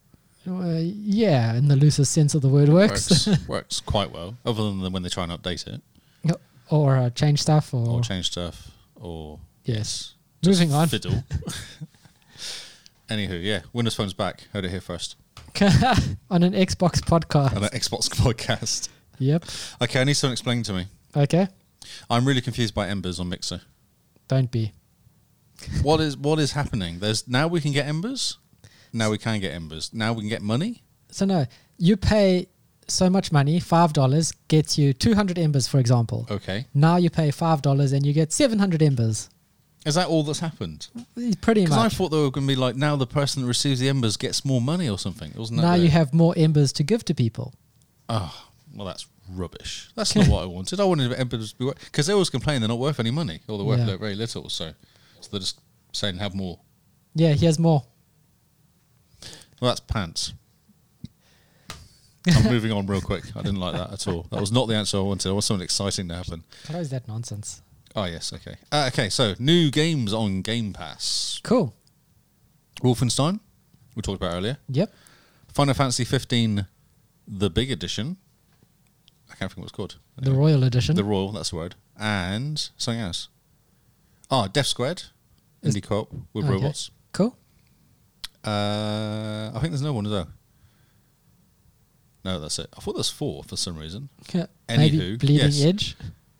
A: Uh, yeah, in the loosest sense of the word works.
B: Works, works quite well, other than when they try and update it
A: or uh, change stuff or,
B: or change stuff or.
A: yes. Moving on.
B: Fiddle. Anywho, yeah, Windows Phone's back. Heard it here first.
A: on an Xbox podcast.
B: And an Xbox podcast.
A: Yep.
B: Okay, I need someone explaining to me.
A: Okay.
B: I'm really confused by Embers on Mixer.
A: Don't be.
B: What is what is happening? There's now we can get Embers. Now we can get Embers. Now we can get money.
A: So no, you pay so much money, five dollars gets you two hundred embers, for example.
B: Okay.
A: Now you pay five dollars and you get seven hundred embers.
B: Is that all that's happened?
A: Pretty
B: Because I
A: much.
B: thought they were going to be like now the person that receives the embers gets more money or something. Wasn't that
A: now
B: the-
A: you have more embers to give to people.
B: Oh, well, that's rubbish. That's not what I wanted. I wanted embers to be worth because they always complain they're not worth any money or they're worth
A: Yeah.
B: like, very little. So, so they're just saying have more.
A: Yeah, here's more.
B: Well, that's pants. I'm moving on real quick. I didn't like that at all. That was not the answer I wanted. I want something exciting to happen.
A: Close that nonsense.
B: Oh yes, okay. Uh, okay, so new games on Game Pass:
A: Cool.
B: Wolfenstein, we talked about earlier.
A: Yep.
B: Final Fantasy 15, the big edition. I can't think what it's called.
A: The Royal Edition.
B: The Royal, that's the word. And something else. Ah, Death Squared,
A: Is-
B: indie co-op with
A: Okay.
B: robots.
A: cool.
B: Uh, I think there's no one though. No, that's it. I thought there's four for some reason.
A: Yeah. Maybe
B: Anywho,
A: Bleeding
B: yes.
A: Edge.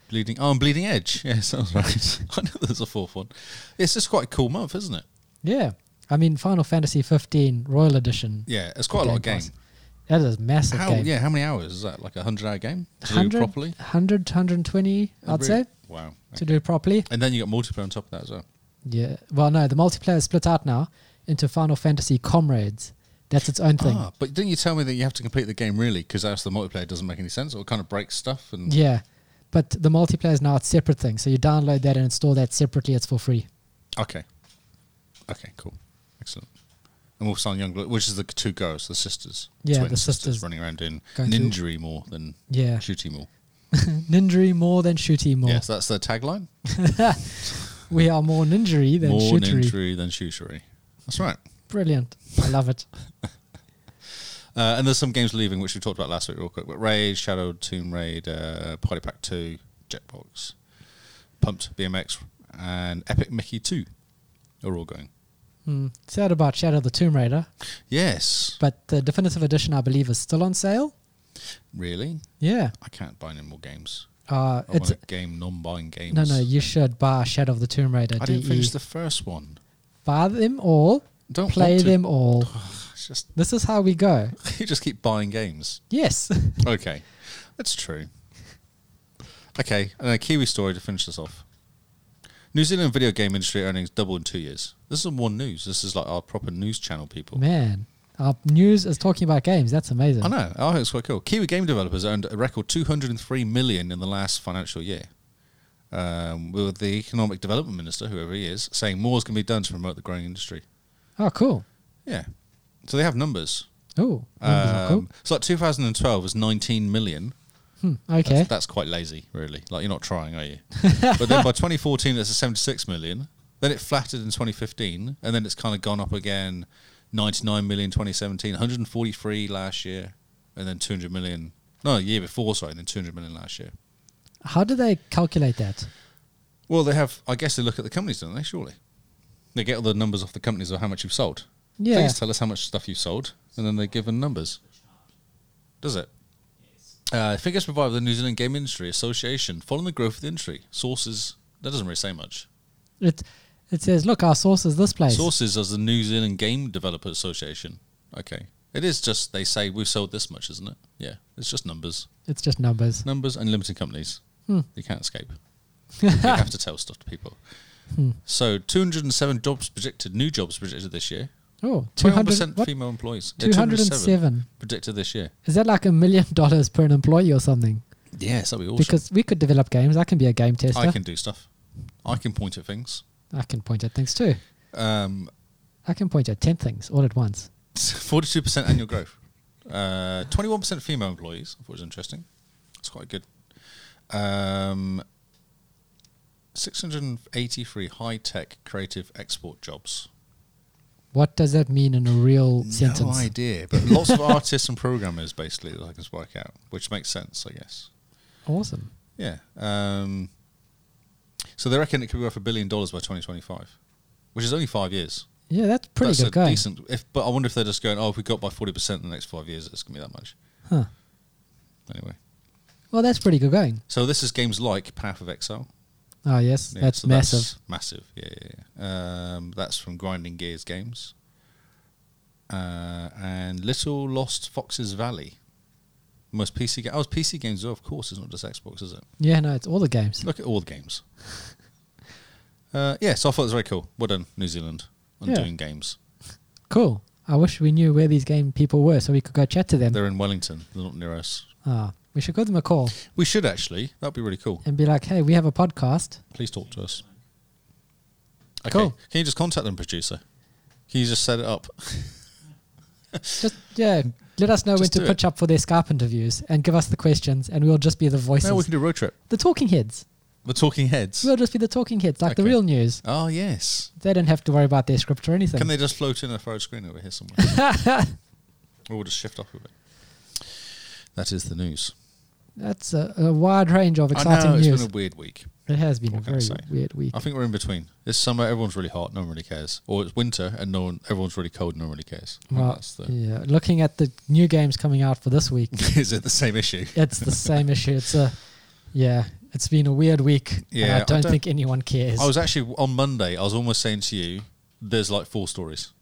B: Bleeding. Oh, and Bleeding Edge. Yes, that was right. I know there's a fourth one. It's just quite a cool month, isn't it?
A: Yeah. I mean, Final Fantasy 15 Royal Edition.
B: Yeah, it's quite a
A: Game
B: lot of game.
A: Pass. That is a massive
B: How?
A: game.
B: Yeah, how many hours is that? Like a hundred hour game to do
A: 100,
B: properly? Oh,
A: 100 120, I'd
B: Really?
A: say,
B: Wow.
A: to do properly.
B: And then you got multiplayer on top of that as well.
A: Yeah. Well, no, the multiplayer is split out now into Final Fantasy Comrades. That's its own thing.
B: Ah, but didn't you tell me that you have to complete the game really? Because else the multiplayer doesn't make any sense. Or it kind of breaks stuff. And
A: Yeah. But the multiplayer is now a separate thing. So you download that and install that separately. It's for free.
B: okay, okay, cool, excellent. And Wolf Sign Youngblood, which is the two girls, the sisters.
A: Yeah,
B: twin
A: the sisters.
B: running around in
A: Going through-
B: ninjury more than
A: Yeah.
B: shooty more.
A: Ninjury more than shooty more.
B: Yes, that's their tagline.
A: We are more ninjury than
B: more
A: shootery.
B: ninjury than shootery. That's right.
A: Brilliant. I love it.
B: Uh, and there's some games leaving, which we talked about last week, real quick. But Raid, Shadow, Tomb Raid, uh, Party Pack 2, Jetbox, Pumped, BMX, and Epic Mickey 2 are all going.
A: Hmm. Sad about Shadow the Tomb Raider,
B: Yes.
A: but the definitive edition, I believe, is still on sale.
B: Really?
A: Yeah.
B: I can't buy any more games.
A: Uh,
B: I
A: it's
B: want a game non buying games.
A: no, no. You should buy Shadow of the Tomb Raider.
B: I didn't
A: DE.
B: finish the first one.
A: buy them all,
B: Don't
A: play
B: want to.
A: them all.
B: It's just
A: This is how we go.
B: you just keep buying games.
A: Yes.
B: Okay, that's true. Okay, and a Kiwi story to finish this off. New Zealand video game industry earnings double in two years. This is one news. This is like our proper news channel people.
A: Man, our news is talking about games. That's amazing.
B: I know. I think it's quite cool. Kiwi game developers earned a record 203 million in the last financial year. Um, with the economic development minister, whoever he is, saying more is going to be done to promote the growing industry.
A: Oh, cool.
B: Yeah. So they have numbers.
A: Oh, numbers are cool.
B: Um, so like 2012 was 19 million.
A: Hmm, okay.
B: That's, that's quite lazy, really. Like you're not trying, are you? but then by 2014, it's a 76 million. Then it flattered in 2015, and then it's kind of gone up again. 99 million 2017, 143 last year, and then 200 million. No, year before, sorry, and then 200 million last year.
A: how do they calculate that?
B: Well, they have. I guess they look at the companies, don't they? Surely, they get all the numbers off the companies of how much you've sold.
A: Yeah.
B: Please tell us how much stuff you've sold, and then they're given numbers. Does it? Uh, figures provided by the New Zealand Game Industry Association following the growth of the industry. Sources, that doesn't really say much.
A: It it says, look, our source is this place.
B: Sources as the New Zealand Game Developers Association. Okay. It is just, they say we've sold this much, isn't it? Yeah. It's just numbers.
A: It's just numbers.
B: Numbers and limited companies.
A: Hmm.
B: You can't escape. you have to tell stuff to people.
A: Hmm.
B: So 207 jobs projected, new jobs projected this year.
A: Oh, 200,
B: 21%
A: what?
B: female employees. Yeah, 207
A: 207.
B: projected this year.
A: Is that like a million dollars per an employee or something?
B: Yes, that'd be awesome.
A: Because we could develop games. I can be a game tester.
B: I can do stuff. I can point at things.
A: I can point at things too.
B: Um,
A: I can point at 10 things all at once.
B: 42% annual growth. Uh, 21% female employees. I thought it was interesting. It's quite good. Um, 683 high tech creative export jobs.
A: What does that mean in a real
B: No
A: sentence?
B: idea, but lots of artists and programmers basically that I can work out, which makes sense, I guess.
A: Awesome.
B: Yeah. Um, so they reckon it could be worth a billion dollars by 2025, which is only five years.
A: Yeah, that's pretty
B: That's
A: good
B: a
A: going.
B: decent. If, but I wonder if they're just going, oh, if we got by forty percent in the next five years, it's gonna be that much.
A: Huh.
B: Anyway,
A: Well, that's pretty good going.
B: so this is games like Path of Exile.
A: Oh, yes,
B: Yeah,
A: that's
B: so
A: massive.
B: massive. Yeah, yeah, yeah. Um, that's from Grinding Gears Games. Uh, and Little Lost Foxes Valley. Most PC games. Oh, it's PC games, as well, of course. It's not just Xbox, is it?
A: yeah, no, it's all the games.
B: Look at all the games. Uh, yeah, so I thought it was very cool. Well done, New Zealand, on
A: Yeah.
B: doing games.
A: Cool. I wish we knew where these game people were so we could go chat to them.
B: They're in Wellington. They're not near us.
A: Ah, we should give them a call
B: We should actually. That'd be really cool.
A: and be like, hey, we have a podcast.
B: Please talk to us. Okay.
A: Cool.
B: Can you just contact them, producer? Can you just set it up?
A: Just, yeah, let us know when
B: Just
A: to
B: do
A: pitch up for their Skype interviews and give us the questions and we'll just be the voices.
B: No, we can do a road trip.
A: the talking heads.
B: The Talking Heads.
A: We'll just be the talking heads, like the
B: Okay.
A: real news.
B: Oh, yes.
A: They don't have to worry about their script or anything.
B: Can they just float in a photo screen over here somewhere? or we'll just shift off of it. That is the news.
A: That's a, a wide range of
B: I
A: exciting
B: know
A: news.
B: it's been a weird eh? week.
A: it has been a
B: what can I
A: very
B: say?
A: weird week.
B: I think we're in between. It's summer, everyone's really hot, no one really cares. Or it's winter and no one, everyone's really cold, no one really cares. I think
A: Well,
B: that's the,
A: yeah, looking at the new games coming out for this week,
B: is it the same issue?
A: it's the same issue. It's a, yeah, it's been a weird week.
B: Yeah,
A: and
B: I
A: I don't
B: don't-
A: think anyone cares.
B: I was actually on Monday. I was almost saying to you, "There's like four stories."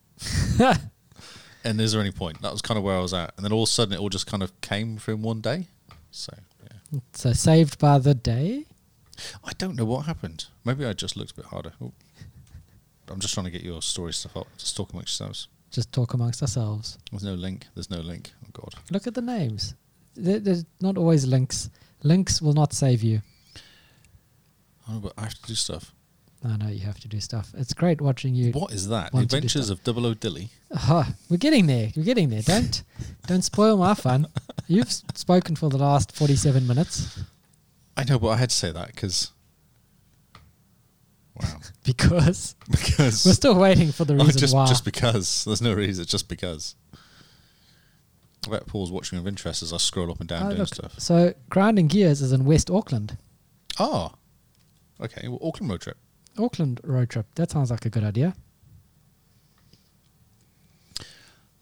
B: and is there any point? That was kind of where I was at. And then all of a sudden, it all just kind of came from one day. So yeah,
A: So saved by the day.
B: I don't know what happened. Maybe I just looked a bit harder. Oh. I'm just trying to get your story stuff up. Just talk amongst yourselves.
A: Just talk amongst ourselves.
B: There's no link. There's no link. Oh God.
A: Look at the names. There- There's not always links. Links will not save you.
B: Oh, but I have to do stuff.
A: I know you have to do stuff. It's great watching you.
B: What is that? The
A: want to do
B: Adventures of Double O Dilly.
A: Ah, we're getting there. We're getting there. Don't don't spoil my fun. You've s- spoken for the last forty-seven minutes
B: I know, but I had to say that because. Wow.
A: because
B: because.
A: we're still waiting for the
B: Oh,
A: reason
B: just,
A: why.
B: just because. There's no reason. Just because. I bet Paul's watching with interest as I scroll up and
A: Oh,
B: down doing
A: look,
B: stuff.
A: So Grinding Gears is in West Auckland.
B: Ah. Okay. Well, Auckland road trip.
A: Auckland road trip. That sounds like a good idea.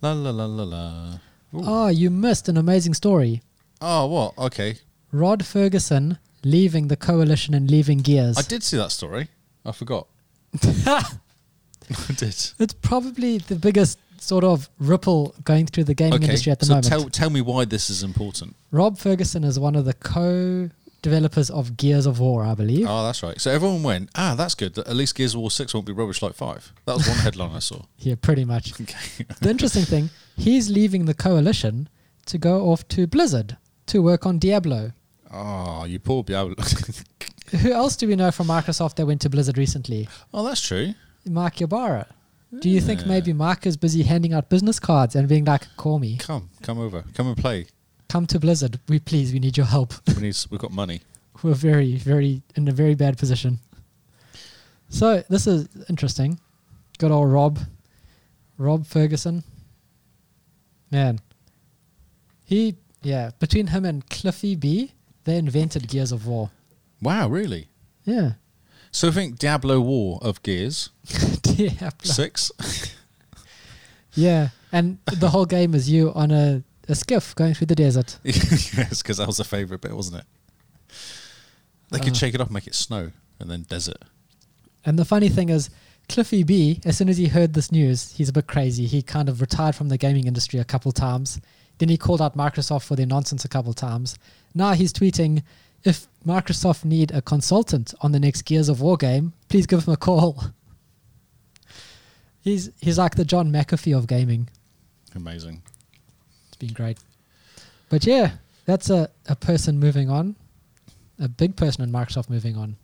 B: La la la la la. Ooh.
A: Oh, you missed an amazing story.
B: Oh, what? Okay.
A: Rod Ferguson leaving the coalition and leaving Gears.
B: I did see that story. I forgot. I did.
A: It's probably the biggest sort of ripple going through the gaming industry at the
B: so
A: moment.
B: Tell, tell me why this is important.
A: Rob Ferguson is one of the co-developers of Gears of War, I believe.
B: Oh, that's right. So everyone went, ah, that's good. At least Gears of War 6 won't be rubbish like 5. That was one headline I saw.
A: Yeah, pretty much.
B: Okay.
A: the interesting thing, he's leaving the coalition to go off to Blizzard to work on Diablo.
B: Oh, you poor Diablo.
A: Who else do we know from Microsoft that went to Blizzard recently?
B: oh, that's true.
A: Mark Ybarra. Do you think
B: Yeah.
A: maybe Mark is busy handing out business cards and being like, "Call me,
B: Come, come over. Come and play.
A: come to Blizzard, we please, we need your help.
B: We need, we've got money.
A: We're very, very in a very bad position." So this is interesting. Good old Rob, Rob Ferguson. Man, he yeah. Between him and Cliffy B, they invented Gears of War.
B: Wow, really?
A: Yeah,
B: So think Diablo War of Gears
A: Diablo.
B: 6.
A: Yeah, and the whole game is you on a, a skiff going through the desert.
B: yes, because that was a favourite bit, wasn't it? They could
A: Uh.
B: shake it off, make it snow, and then desert.
A: And the funny thing is, Cliffy B, as soon as he heard this news, he's a bit crazy. He kind of retired from the gaming industry a couple times. Then he called out Microsoft for their nonsense a couple times. Now he's tweeting, if Microsoft need a consultant on the next Gears of War game, please give him a call. He's he's like the John McAfee of gaming.
B: Amazing.
A: It's been great. But yeah, that's a, a person moving on. A big person in Microsoft moving on.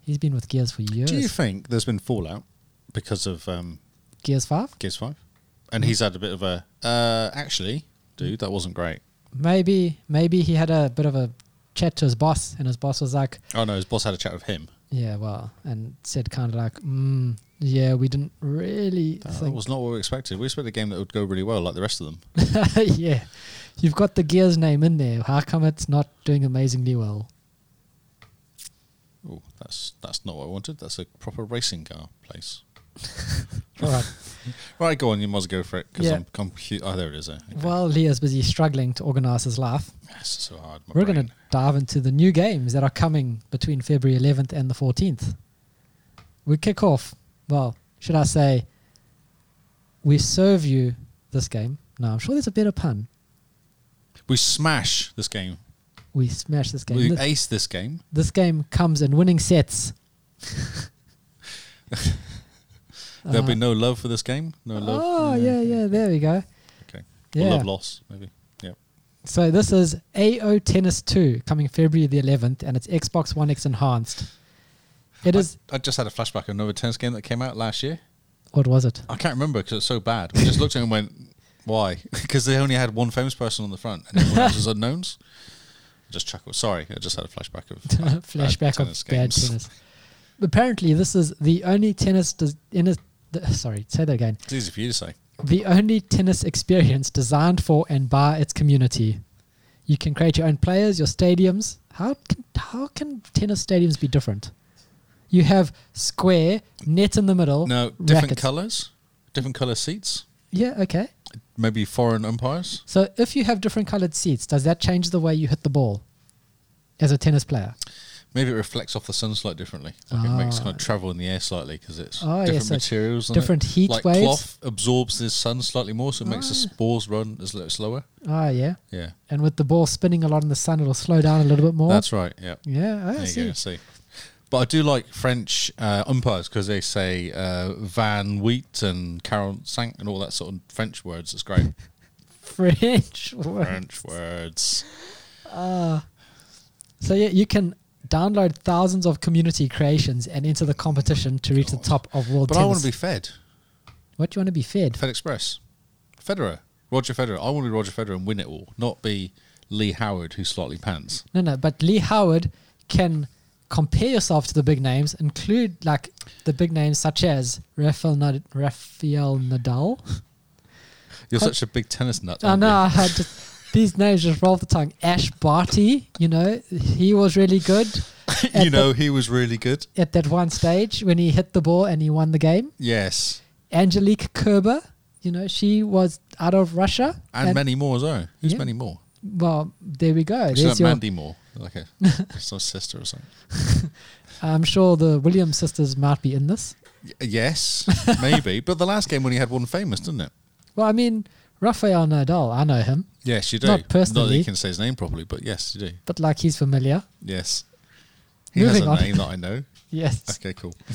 A: He's been with Gears for years.
B: Do you think there's been fallout because of um,
A: Gears 5?
B: Gears 5? And he's had a bit of a, uh, actually, dude, that wasn't great.
A: maybe maybe he had a bit of a chat to his boss and his boss was like
B: Oh, no, his boss had a chat with him.
A: yeah well and said kind of like mm, yeah we didn't really
B: That
A: think
B: was not what we expected. We expected a game that would go really well, like the rest of them.
A: yeah you've got the gears name in there how come it's not doing amazingly well
B: Oh, that's that's not what I wanted. That's a proper racing car place.
A: all right
B: Right, go on. You must go for it because
A: Yeah.
B: I'm compute. Oh, there it is. eh? Okay.
A: while leah's busy struggling to organize his life
B: Yes, it's so hard. my
A: we're going
B: brain.
A: to dive into the new games that are coming between february 11th and the 14th we kick off well should i say we serve you this game no i'm sure there's a better pun
B: we smash this game.
A: we smash this game.
B: We
A: This,
B: ace this game.
A: this game comes in winning sets. Uh-huh.
B: There'll be
A: Uh,
B: no love for this game. No love.
A: Oh yeah, yeah. There we go.
B: Okay. Or
A: Yeah.
B: love loss maybe. Yep.
A: So this is AO Tennis 2 coming February the 11th, and it's Xbox One X enhanced. It
B: I-
A: is.
B: I, just had a flashback of another tennis game that came out last year.
A: What was it?
B: I can't remember because it's so bad. We just looked at it and went, "Why?" Because they only had one famous person on the front, and everyone else was unknowns. Just chuckled. Sorry, I just had a flashback of bad-
A: Flashback
B: bad
A: of
B: tennis
A: bad
B: games.
A: tennis. Apparently, this is the only tennis. Des- in a, the, sorry, say that again.
B: It's easy for you to say.
A: the only tennis experience designed for and by its community. You can create your own players, your stadiums. How can, how can tennis stadiums be different? You have square, net in the middle.
B: No, different
A: rackets.
B: colours, different colour seats,
A: Yeah, okay.
B: maybe foreign umpires.
A: So if you have different colored seats, does that change the way you hit the ball as a tennis player?
B: Maybe it reflects off the sun slightly differently. Like it makes
A: Ah.
B: kind of travel in the air slightly because it's
A: Oh, yeah,
B: different
A: so
B: materials. and
A: different heat
B: like
A: waves.
B: cloth absorbs the sun slightly more, so it makes the
A: Ah.
B: spores run as little slower.
A: Ah, yeah.
B: Yeah,
A: And with the ball spinning a lot in the sun, it'll slow down a little bit more.
B: that's right. Yeah,
A: yeah, Oh. Ah, I
B: there you
A: see.
B: go. See, but I do like French uh, umpires because they say uh, Van Wheat and Caron Sank and all that sort of French words. It's great.
A: French word.
B: French words.
A: So yeah, you can download thousands of community creations and enter the competition to reach the top of world.
B: But I want to
A: tennis.
B: be fed.
A: What do you want to be fed?
B: Fed Express. Federer. Roger Federer. I want to be Roger Federer and win it all, not be Lee Howard who slightly pants.
A: No, no. But Lee Howard can compare yourself to the big names, include like the big names such as Rafael, Nad- Rafael Nadal.
B: You're
A: Con-
B: such a big tennis nut.
A: I
B: aren't
A: know.
B: you?
A: I had just, these names just roll off the tongue. Ash Barty. You know, he was really good
B: you know, he was really good.
A: at that one stage when he hit the ball and he won the game.
B: Yes.
A: Angelique Kerber. You know, she was out of Russia.
B: And, many more as well. Who's
A: Yeah.
B: many more?
A: Well, there we go.
B: Isn't
A: There's
B: that
A: your,
B: Mandy Moore? Like a some sister or something.
A: I'm sure the Williams sisters might be in this.
B: Y- yes, maybe. But the last game when he had one famous, didn't it?
A: Well, I mean, Rafael Nadal, I know him,
B: Yes, you do.
A: Not
B: that
A: personally.
B: you can say his name properly, but yes, you do.
A: but like he's familiar.
B: Yes. He
A: Moving
B: has a
A: on.
B: name that I know.
A: Yes.
B: Okay, cool.
A: So, yeah,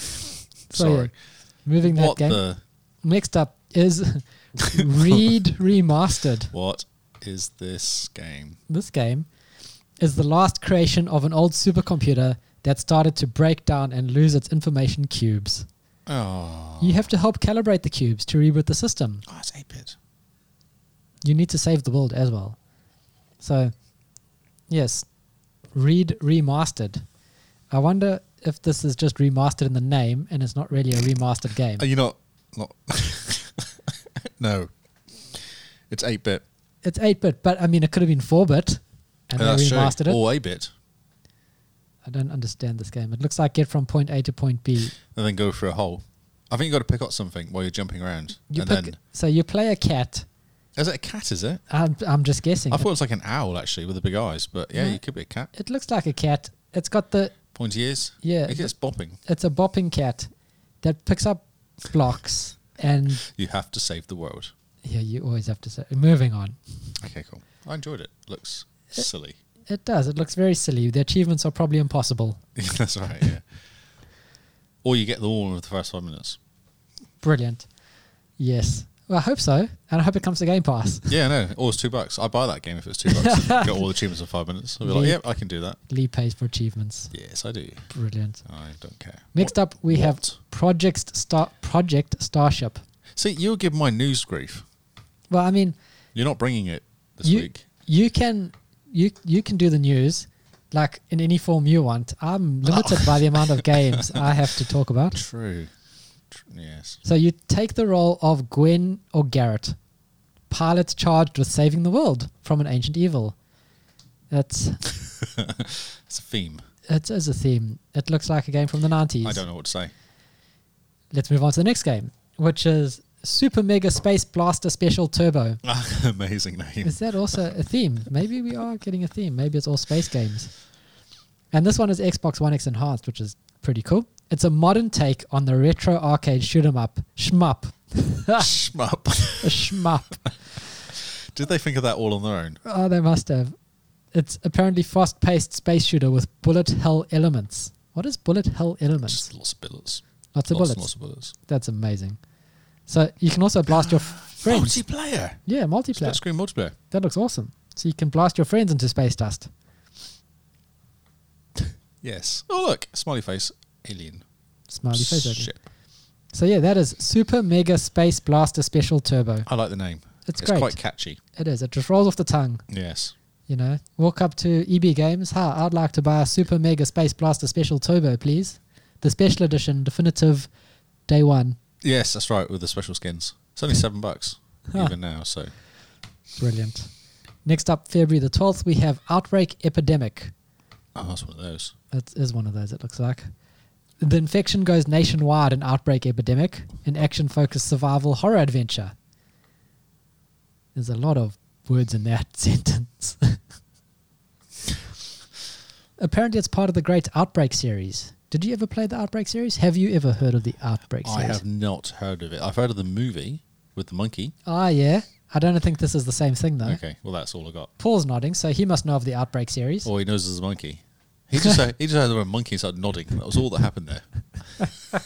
B: Sorry.
A: moving that
B: what
A: game.
B: the
A: Next up is Reed Remastered.
B: what is this game?
A: This game is the last creation of an old supercomputer that started to break down and lose its information cubes.
B: Oh,
A: You have to help calibrate the cubes to reboot the system.
B: oh it's 8 bit.
A: you need to save the world as well. So, yes, read remastered. I wonder if this is just remastered in the name and it's not really a remastered game.
B: Are Uh, you not? not no. It's 8 bit. Uh,
A: It's 8 bit, but I mean, it could have been 4 bit and they remastered it.
B: Or 8 bit.
A: I don't understand this game. It looks like get from point A to point B.
B: And then go through a hole. I think you got to pick up something while you're jumping around.
A: You
B: and
A: pick,
B: then.
A: so you play a cat.
B: Is it a cat, is it?
A: I'm, I'm just guessing.
B: I thought it was like an owl, actually, with the big eyes. But yeah,
A: No.
B: you could be a cat.
A: it looks like a cat. It's got the
B: Pointy ears.
A: Yeah,
B: It gets bopping.
A: it's a bopping cat that picks up blocks and
B: You have to save the world.
A: yeah, you always have to say. Moving on.
B: Okay, cool. I enjoyed it. Looks silly.
A: It does. It looks very silly. The achievements are probably impossible.
B: That's right, yeah. or you get the all in the first five minutes.
A: Brilliant. Yes. Well, I hope so. And I hope it comes to Game Pass.
B: Yeah, no, or it's two bucks. I'd buy that game if it was two bucks. Get all the achievements in five minutes. I'd be like,
A: Yeah.
B: yep, I can do that.
A: Lee pays for achievements.
B: Yes, I do.
A: Brilliant.
B: I don't care.
A: Next up, we have
B: What?
A: Project Star Project Starship.
B: See, you'll give my news grief.
A: Well, I mean,
B: You're not bringing it this
A: you
B: week.
A: you can you you can do the news like in any form you want. I'm limited by the amount of games I have to talk about.
B: True. Tr- yes.
A: So you take the role of Gwen or Garrett, pilot charged with saving the world from an ancient evil. That's
B: It's a theme.
A: It is a theme. It looks like a game from the 90s.
B: I don't know what to say.
A: Let's move on to the next game, which is Super Mega Space Blaster Special Turbo.
B: Amazing name.
A: Is that also a theme? Maybe we are getting a theme. Maybe it's all space games. And this one is Xbox One X Enhanced, which is pretty cool. It's a modern take on the retro arcade shoot 'em up, shmup,
B: Shmup.
A: a shmup.
B: Did they think of that all on their own?
A: Oh, they must have. It's apparently fast-paced space shooter with bullet hell elements. What is bullet hell elements?
B: Just lots of bullets.
A: Lots of
B: lots
A: bullets.
B: and lots of bullets.
A: That's amazing. So you can also blast your friends.
B: Multiplayer.
A: yeah,
B: Split
A: multiplayer.
B: screen multiplayer.
A: That looks awesome. So you can blast your friends into space dust.
B: Yes. Oh look, smiley face alien
A: Smiley face. I think.
B: ship.
A: So yeah, that is Super Mega Space Blaster Special Turbo.
B: I like the name.
A: It's
B: it's
A: great.
B: quite catchy.
A: It is. It just rolls off the tongue.
B: Yes.
A: You know, walk up to EB Games. Hi, I'd like to buy a Super Mega Space Blaster Special Turbo, please. The special edition, definitive, day one.
B: Yes, that's right. With the special skins, it's only seven bucks
A: Huh.
B: even now. So
A: Brilliant. Next up, February the twelfth, we have Outbreak Epidemic.
B: oh, that's one of those.
A: It is one of those, it looks like. The infection goes nationwide in Outbreak Epidemic, an action focused survival horror adventure. There's a lot of words in that sentence. apparently it's part of the great Outbreak series. Did you ever play the Outbreak series? Have you ever heard of the Outbreak
B: I
A: series?
B: have not heard of it. I've heard of the movie with the monkey.
A: Ah, yeah. I don't think this is the same thing though.
B: Okay, well that's all I got.
A: Paul's nodding, so he must know of the Outbreak series.
B: All he knows is a monkey. He just heard, he just heard the word monkey and started nodding. That was all that happened there.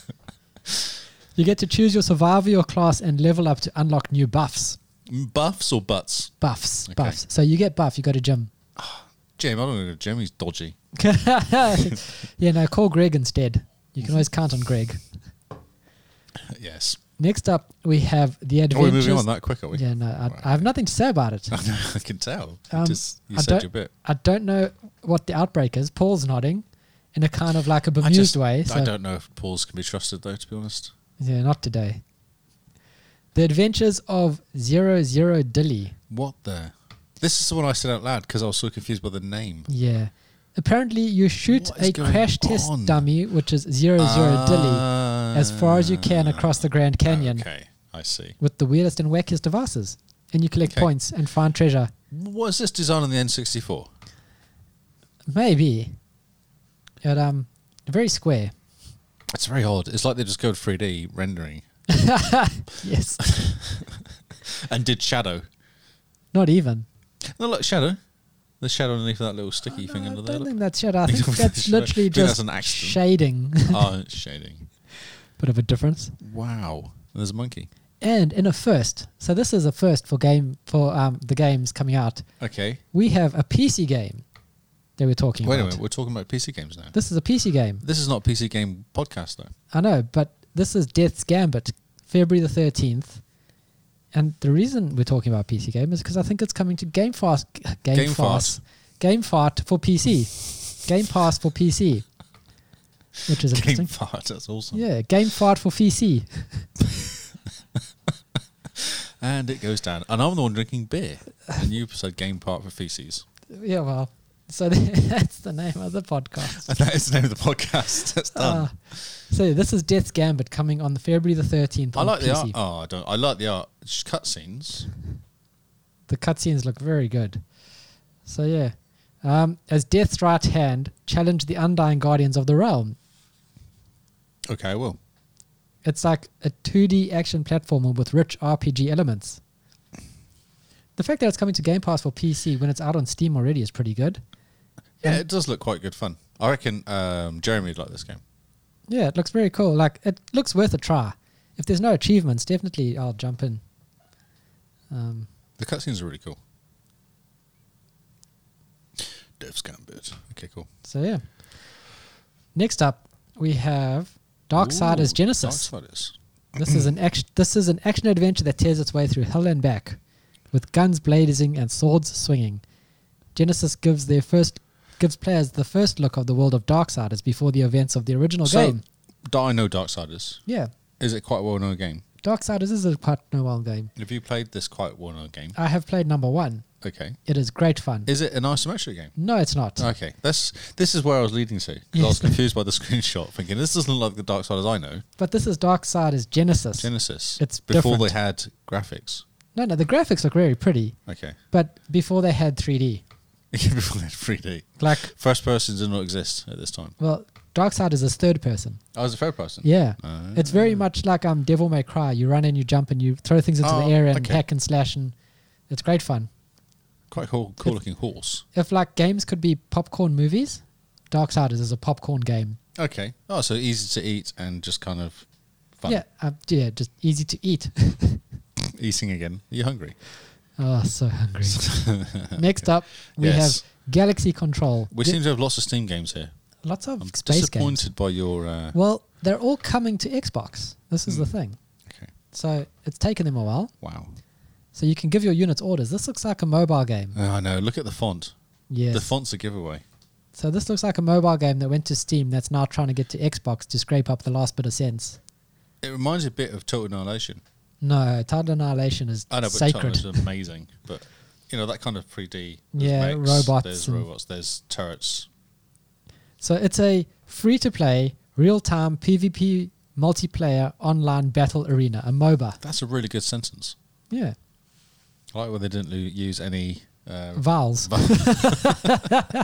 A: You get to choose your survivor, your class, and level up to unlock new buffs.
B: Buffs or butts?
A: Buffs,
B: Okay.
A: buffs. So you get buff, you go to gym.
B: Jim, I don't know. Jim, he's dodgy.
A: yeah, no, call Greg instead. You can always count on Greg.
B: yes.
A: Next up, we have the
B: Are we
A: adventures.
B: moving on that quick, are we?
A: yeah, no, I,
B: Right. Ah.
A: I have nothing to say about it.
B: I can tell. You
A: Um,
B: just you
A: I
B: said
A: don't-
B: your bit.
A: I don't know what the outbreak is. Paul's nodding in a kind of like a
B: I
A: bemused
B: just-
A: way.
B: I
A: So
B: don't know if Paul's can be trusted though. To be honest,
A: yeah, not today. The Adventures of Zero Zero Dilly.
B: what the? This is the one I said out loud because I was so confused by the name.
A: Yeah. Apparently, you shoot
B: What is
A: a
B: going
A: crash test
B: on?
A: dummy, which is Zero Zero Dilly, as far as you can across the Grand Canyon
B: Ah, Okay, I see.
A: with the weirdest and wackiest devices. And you collect
B: Okay.
A: points and find treasure.
B: Was this designed on the N64?
A: Maybe. But, um, very square.
B: It's very odd. It's like they just go 3D rendering
A: Yes.
B: and did shadow.
A: Not even. Oh,
B: No, look, shadow. The shadow underneath that little sticky thing
A: No,
B: under
A: I
B: there.
A: don't
B: look.
A: think that's shadow. I think
B: don't think
A: that's
B: that's shadow.
A: literally
B: I think that's
A: just
B: an accident.
A: shading.
B: oh, it's shading.
A: Bit of a difference.
B: Wow. And there's a monkey.
A: And in a first, so this is a first for game for um, the games coming out.
B: Okay.
A: We have a PC game that we're talking
B: Wait a
A: about.
B: minute. We're talking about PC games now.
A: This is a PC game.
B: This is not a PC game podcast though.
A: I know, but this is Death's Gambit, February the 13th. And the reason we're talking about PC game is because I think it's coming to Game Fast. Game,
B: Game
A: Fast. Game Fart for PC. game Pass for PC. Which is
B: Game
A: interesting.
B: fart. That's awesome.
A: Yeah, Game Fart for PC.
B: And it goes down. And I'm the one drinking beer. And you said game part for feces.
A: Yeah, well, so that's the name of the podcast.
B: And that is the name of the podcast. That's done.
A: Uh, so this is Death's Gambit coming on the February the 13th.
B: I
A: on
B: like the art.
A: PC.
B: Oh, I don't. I like the art. It's just cutscenes.
A: the cutscenes look very good. So yeah, um, as Death's right hand challenge the undying guardians of the realm.
B: Okay, well,
A: It's like a 2D action platformer with rich RPG elements. The fact that it's coming to Game Pass for PC when it's out on Steam already is pretty good.
B: yeah, it does look quite good fun. I reckon um, Jeremy would like this game.
A: Yeah, it looks very cool. Like it looks worth a try. If there's no achievements, definitely I'll jump in. Um,
B: The cutscenes are really cool. Dev's Gambit. Okay, cool.
A: so yeah. Next up, we have Darksiders
B: Ooh,
A: Genesis.
B: Darksiders.
A: This is an action. This is an action adventure that tears its way through hell and back, with guns blazing and swords swinging. Genesis gives their first gives players the first look of the world of Darksiders before the events of the original
B: So-
A: game.
B: Do I know Darksiders?
A: Yeah,
B: Is it quite a well known game?
A: Darksiders is a quite no well game.
B: Have you played this quite well known game?
A: I have played number one.
B: Okay.
A: It is great fun.
B: Is it an isometric game?
A: no, it's not.
B: Okay, that's this is where I was leading to. 'cause I
A: Yes.
B: was confused by the screenshot, thinking this doesn't look like the Dark Darksiders I know.
A: But this is Darksiders Genesis.
B: Genesis.
A: It's
B: before
A: different.
B: they had graphics.
A: no, no, the graphics look very pretty,
B: Okay,
A: but before they had 3D.
B: before they had 3D.
A: Like,
B: First person did not exist at this time.
A: well, Darksiders is third person.
B: I was a third person.
A: Yeah.
B: Ah.
A: It's very much like um, Devil May Cry. You run and you jump and you throw things into
B: Oh,
A: the air and
B: okay.
A: hack and slash and it's great fun.
B: quite cool, cool looking horse.
A: If like games could be popcorn movies, Darksiders is a popcorn game.
B: Okay. Oh, so easy to eat and just kind of fun.
A: Yeah, um, yeah, just easy to eat.
B: Eating again. Are you hungry?
A: oh, so hungry. Next up, we
B: Yes.
A: have Galaxy Control.
B: We
A: Di-
B: seem to have lots of Steam games here.
A: lots of
B: I'm
A: space games.
B: disappointed by your. Uh,
A: Well, they're all coming to Xbox. This
B: Hmm.
A: is the thing.
B: okay.
A: So it's taken them a while.
B: Wow.
A: So you can give your units orders. This looks like a mobile game.
B: Oh, I know. Look at the font.
A: Yes.
B: The font's a giveaway.
A: So this looks like a mobile game that went to Steam that's now trying to get to Xbox to scrape up the last bit of sense.
B: It reminds me a bit of Total Annihilation.
A: No, Total Annihilation is
B: I know, but
A: sacred.
B: Total is amazing. But you know that kind of 3D. There's
A: Yeah,
B: mechs,
A: robots
B: There's
A: and-
B: robots. There's turrets.
A: So it's a free-to-play, real-time PvP multiplayer online battle arena, a MOBA.
B: That's a really good sentence.
A: Yeah,
B: I like where they Oh. didn't lo- use any. Uh,
A: vowels.
B: vowels.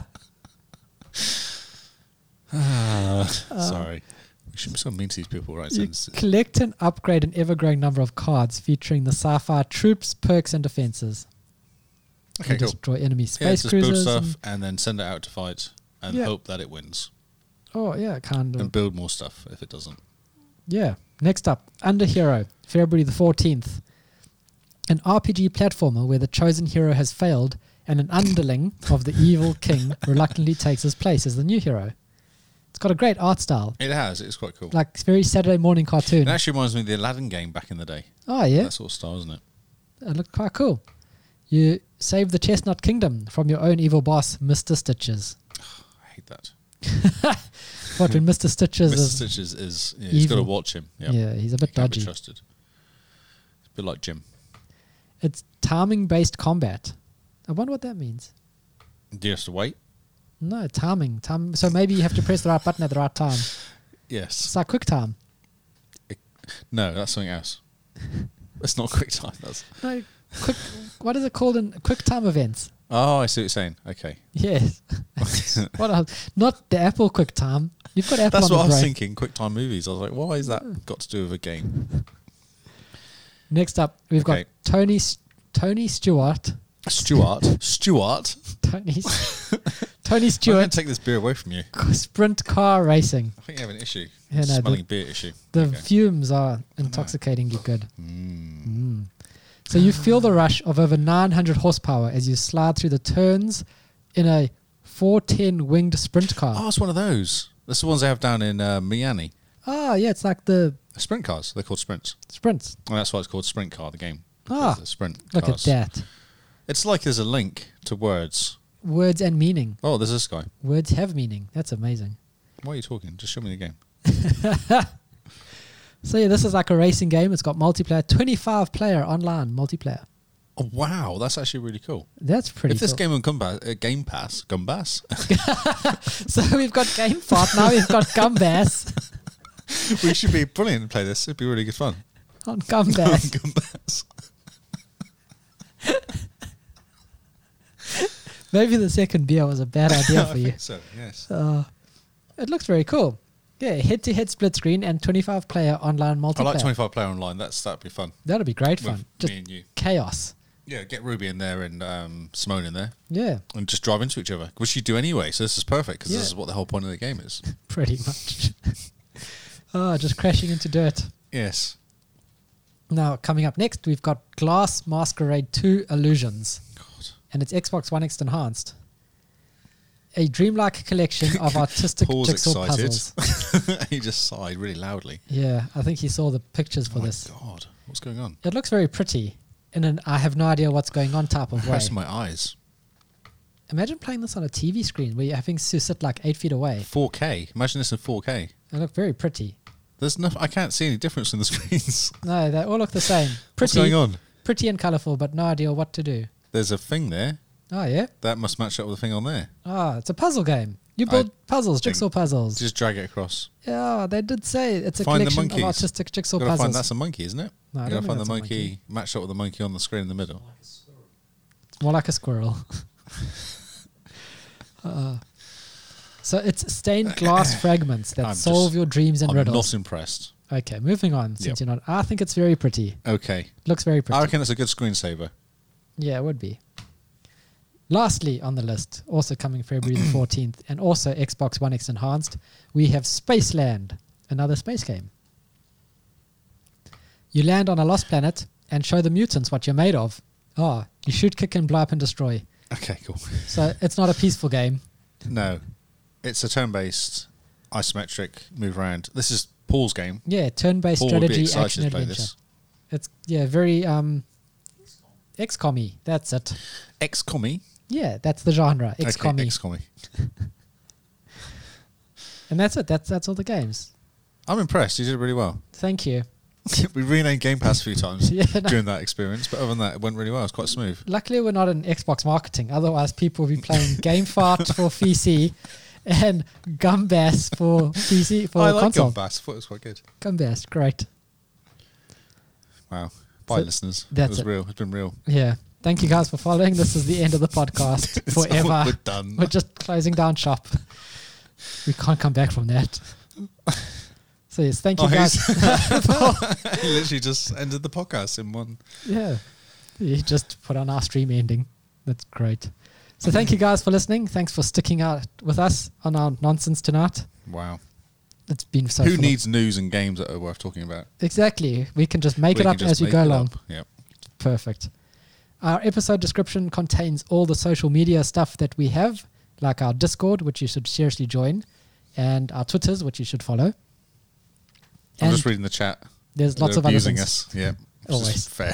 B: sorry. We should be so mean to these people, right?
A: Uh. You
B: Since
A: collect and upgrade an ever growing number of cards featuring the Sapphire troops, perks, and defenses.
B: okay,
A: you
B: cool.
A: destroy enemy
B: Yeah,
A: space
B: just build
A: cruisers.
B: stuff
A: and-
B: and then send it out to fight and
A: Yeah.
B: hope that it wins.
A: oh, yeah, kind of.
B: And build more stuff if it doesn't.
A: Yeah. Next up, Under Hero, February the 14th. An RPG platformer where the chosen hero has failed and an underling of the evil king reluctantly takes his place as the new hero. It's got a great art style,
B: It has. It's quite cool.
A: like very Saturday morning cartoon.
B: It actually reminds me of the Aladdin game back in the day.
A: Oh, yeah.
B: That sort of style, isn't it?
A: It looked quite cool. You save the Chestnut Kingdom from your own evil boss, Mr. Stitches.
B: I hate that.
A: What, when Mr. Stitches
B: Mr.
A: is.
B: Stitches is. Yeah, he's got to
A: evil.
B: watch him. Yeah.
A: Yeah, he's a bit
B: Can't be
A: dodgy.
B: trusted. A bit like Jim.
A: It's timing based combat. I wonder what that means.
B: Do you have to wait?
A: No, timing. Time. So maybe you have to press the right button at the right time. It's
B: Yes.
A: like quick time.
B: No, that's something else. That's not quick time. That's.
A: No, quick. what is it called in quick time events?
B: Oh, I see what you're saying. Okay.
A: Yes. what else? Not the Apple quick time. You've got Apple
B: That's
A: on
B: what
A: the
B: I was
A: brain.
B: thinking. Quick time movies. I was like, why is that got to do with a game?
A: Next up, we've
B: Okay.
A: got Tony S- Tony Stewart.
B: Stuart. Stuart.
A: Tony S- Tony
B: I'm going
A: Stewart
B: to take this beer away from you.
A: sprint car racing.
B: I think you have an issue.
A: Yeah, no, the-
B: Smelling beer issue.
A: The
B: Okay.
A: fumes are intoxicatingly good. Mm. So you feel the rush of over 900 horsepower as you slide through the turns in a 410 winged sprint car.
B: Oh, it's one of those. That's the ones they have down in uh, Miami.
A: Ah, yeah, it's like the
B: Sprint cars. They're called sprints.
A: sprints.
B: And that's why it's called Sprint Car, the game.
A: Ah,
B: because they're sprint
A: Look
B: cars.
A: at that.
B: It's like there's a link to words.
A: Words and meaning.
B: Oh, there's this guy.
A: Words have meaning. That's amazing.
B: Why are you talking? Just show me the game.
A: So yeah, this is like a racing game. It's got multiplayer, 25 player online multiplayer.
B: Oh, wow. That's actually really cool.
A: That's pretty
B: if this
A: cool.
B: game on Gumbass, uh, Game Pass, Gumbass,
A: so we've got Game Fart, now we've got Gumbass
B: we should be brilliant and play this. It'd be really good fun.
A: on
B: On
A: Gumbass.
B: Gumbass.
A: Maybe the second beer was a bad idea
B: I
A: for you.
B: think so, yes.
A: Uh, it looks very cool. Yeah, head to head split screen and 25 player online multiplayer.
B: I like 25 player online. That's That'd be fun.
A: That'd be great fun.
B: With
A: Just
B: me and you.
A: chaos.
B: Yeah, get Ruby in there and um, Simone in there
A: Yeah,
B: and just drive into each other, which you do anyway. So this is perfect because
A: Yeah.
B: this is what the whole point of the game is.
A: pretty much. oh, just crashing into dirt.
B: yes.
A: Now, coming up next, we've got Glass Masquerade 2 Illusions,
B: God.
A: and it's Xbox One X enhanced. A dreamlike collection of artistic
B: Paul's
A: jigsaw
B: excited.
A: puzzles.
B: he just sighed really loudly.
A: Yeah, I think he saw the pictures for
B: oh
A: this.
B: my God. What's going on?
A: It looks very pretty in an I have no idea what's going on type of way.
B: Press my eyes.
A: Imagine playing this on a TV screen where you're having to sit like eight feet away.
B: 4K. Imagine this in 4K.
A: They look very pretty.
B: There's no. I can't see any difference in the screens.
A: No, they all look the same.
B: What's
A: Pretty,
B: going on?
A: pretty and colourful, but no idea what to do.
B: There's a thing there
A: Oh yeah,
B: that must match up with the thing on there.
A: ah, it's a puzzle game. You
B: I
A: build puzzles,
B: think-
A: jigsaw puzzles.
B: Just drag it across.
A: Yeah, they did say it's a
B: Find the
A: collection of
B: monkeys.
A: artistic jigsaw
B: Gotta
A: puzzles.
B: find that's a monkey, isn't it?
A: No, I don't
B: you gotta
A: think
B: find the
A: that's a
B: monkey,
A: monkey.
B: matched up with the monkey on the screen in the middle.
C: Like a squirrel.
A: It's more like a squirrel. uh, so it's stained glass fragments that
B: I'm
A: solve
B: just-
A: your dreams and
B: I'm
A: riddles.
B: not impressed.
A: okay, moving on. Since
B: Yep.
A: you're not, I think it's very pretty.
B: Okay.
A: Looks very pretty.
B: I reckon that's a good screensaver.
A: Yeah, it would be. Lastly on the list, also coming February the 14th, and also Xbox One X Enhanced, we have Spaceland, another space game. You land on a lost planet and show the mutants what you're made of. Ah, you shoot, kick, and blow up and destroy.
B: Okay, cool.
A: So it's not a peaceful game.
B: No. It's a turn based, isometric, move around. This is Paul's game.
A: Yeah, turn based
B: Paul would be
A: strategy,
B: excited
A: action
B: to play
A: adventure.
B: this.
A: It's, yeah, very um, XCOM y. That's it.
B: X commie.
A: Yeah, that's the genre, XCOM
B: Okay,
A: y.
B: X commie.
A: and that's it. That's, that's all the games.
B: I'm impressed. You did really well.
A: Thank you.
B: we renamed Game Pass a few times
A: Yeah, no.
B: during that experience, but other than that, it went really well. It's quite smooth.
A: Luckily, we're not in Xbox marketing. Otherwise, people will be playing Game Fart for PC and Gumbass for PC for
B: I like
A: console.
B: Gun Bass. I thought it was quite good.
A: Gumbass, great.
B: Wow. Bye,
A: So
B: listeners.
A: that's
B: it was
A: it.
B: real. It's been real.
A: Yeah. Thank you guys for following. This is the end of the podcast
B: It's all-
A: forever.
B: We're done.
A: We're just closing down shop. we can't come back from that. So yes, thank you
B: Oh,
A: guys.
B: he's- he literally just ended the podcast in one.
A: Yeah. You just put on our stream ending. That's great. So thank you guys for listening. Thanks for sticking out with us on our nonsense tonight.
B: Wow.
A: It's been so
B: Who
A: full of-
B: needs news and games that are worth talking about?
A: Exactly. We can just make
B: We
A: it
B: can
A: up
B: just
A: as we
B: make
A: go
B: it
A: along.
B: up. Yep.
A: Perfect. Our episode description contains all the social media stuff that we have, like our Discord, which you should seriously join, and our Twitters, which you should follow.
B: I'm
A: And
B: just reading the chat.
A: there's lots
B: They're
A: of other
B: abusing
A: things.
B: us. Yeah.
A: Always.
B: fair.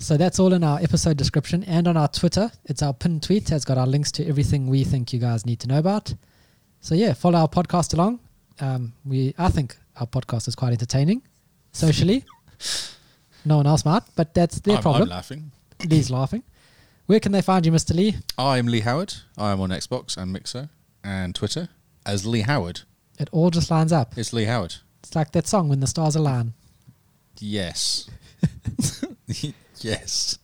A: So that's all in our episode description and on our Twitter. It's our pinned tweet. has got our links to everything we think you guys need to know about. So yeah, follow our podcast along. Um, we I think our podcast is quite entertaining, socially. no one else might, but that's their
B: I'm, I'm
A: problem.
B: laughing.
A: Lee's laughing. Where can they find you, Mr. Lee?
B: I'm Lee Howard. I'm on Xbox and Mixer and Twitter as Lee Howard.
A: It all just lines up.
B: It's Lee Howard.
A: It's like that song when the stars align.
B: Yes. yes.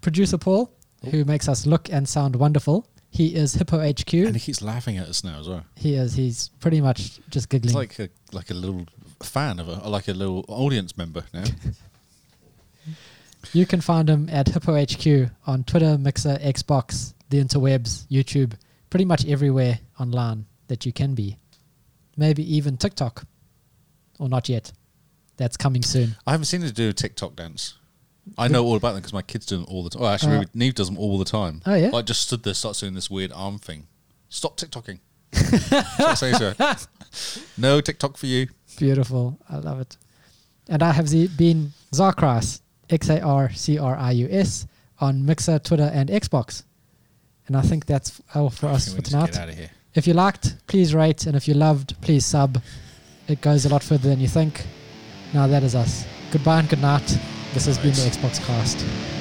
A: Producer Paul,
B: Oh.
A: who makes us look and sound wonderful. He is Hippo HQ.
B: And he keeps laughing at us now as well.
A: he is. He's pretty much just giggling.
B: It's like a like a little fan of a like a little audience member now.
A: You can find him at Hippo HQ on Twitter, Mixer, Xbox, the interwebs, YouTube, pretty much everywhere online that you can be. Maybe even TikTok. Or not yet. That's coming soon.
B: I haven't seen her do a TikTok dance. I know all about them because my kids do them all the time. Oh, actually,
A: Uh,
B: Neve- Neve does them all the time.
A: Oh, yeah?
B: I just stood there, starts doing this weird arm thing. Stop TikToking. That's what I say to her. No TikTok for you.
A: Beautiful. I love it. And I have ze- been Zarkrius, X A R C R I U S, on Mixer, Twitter, and Xbox. And I think that's all for
B: I
A: us
B: think
A: for
B: we need to
A: tonight.
B: get out of here.
A: If you liked, please rate, and if you loved, please sub. It goes a lot further than you think. Now that is us. Goodbye and good night. This has been the Xbox Cast.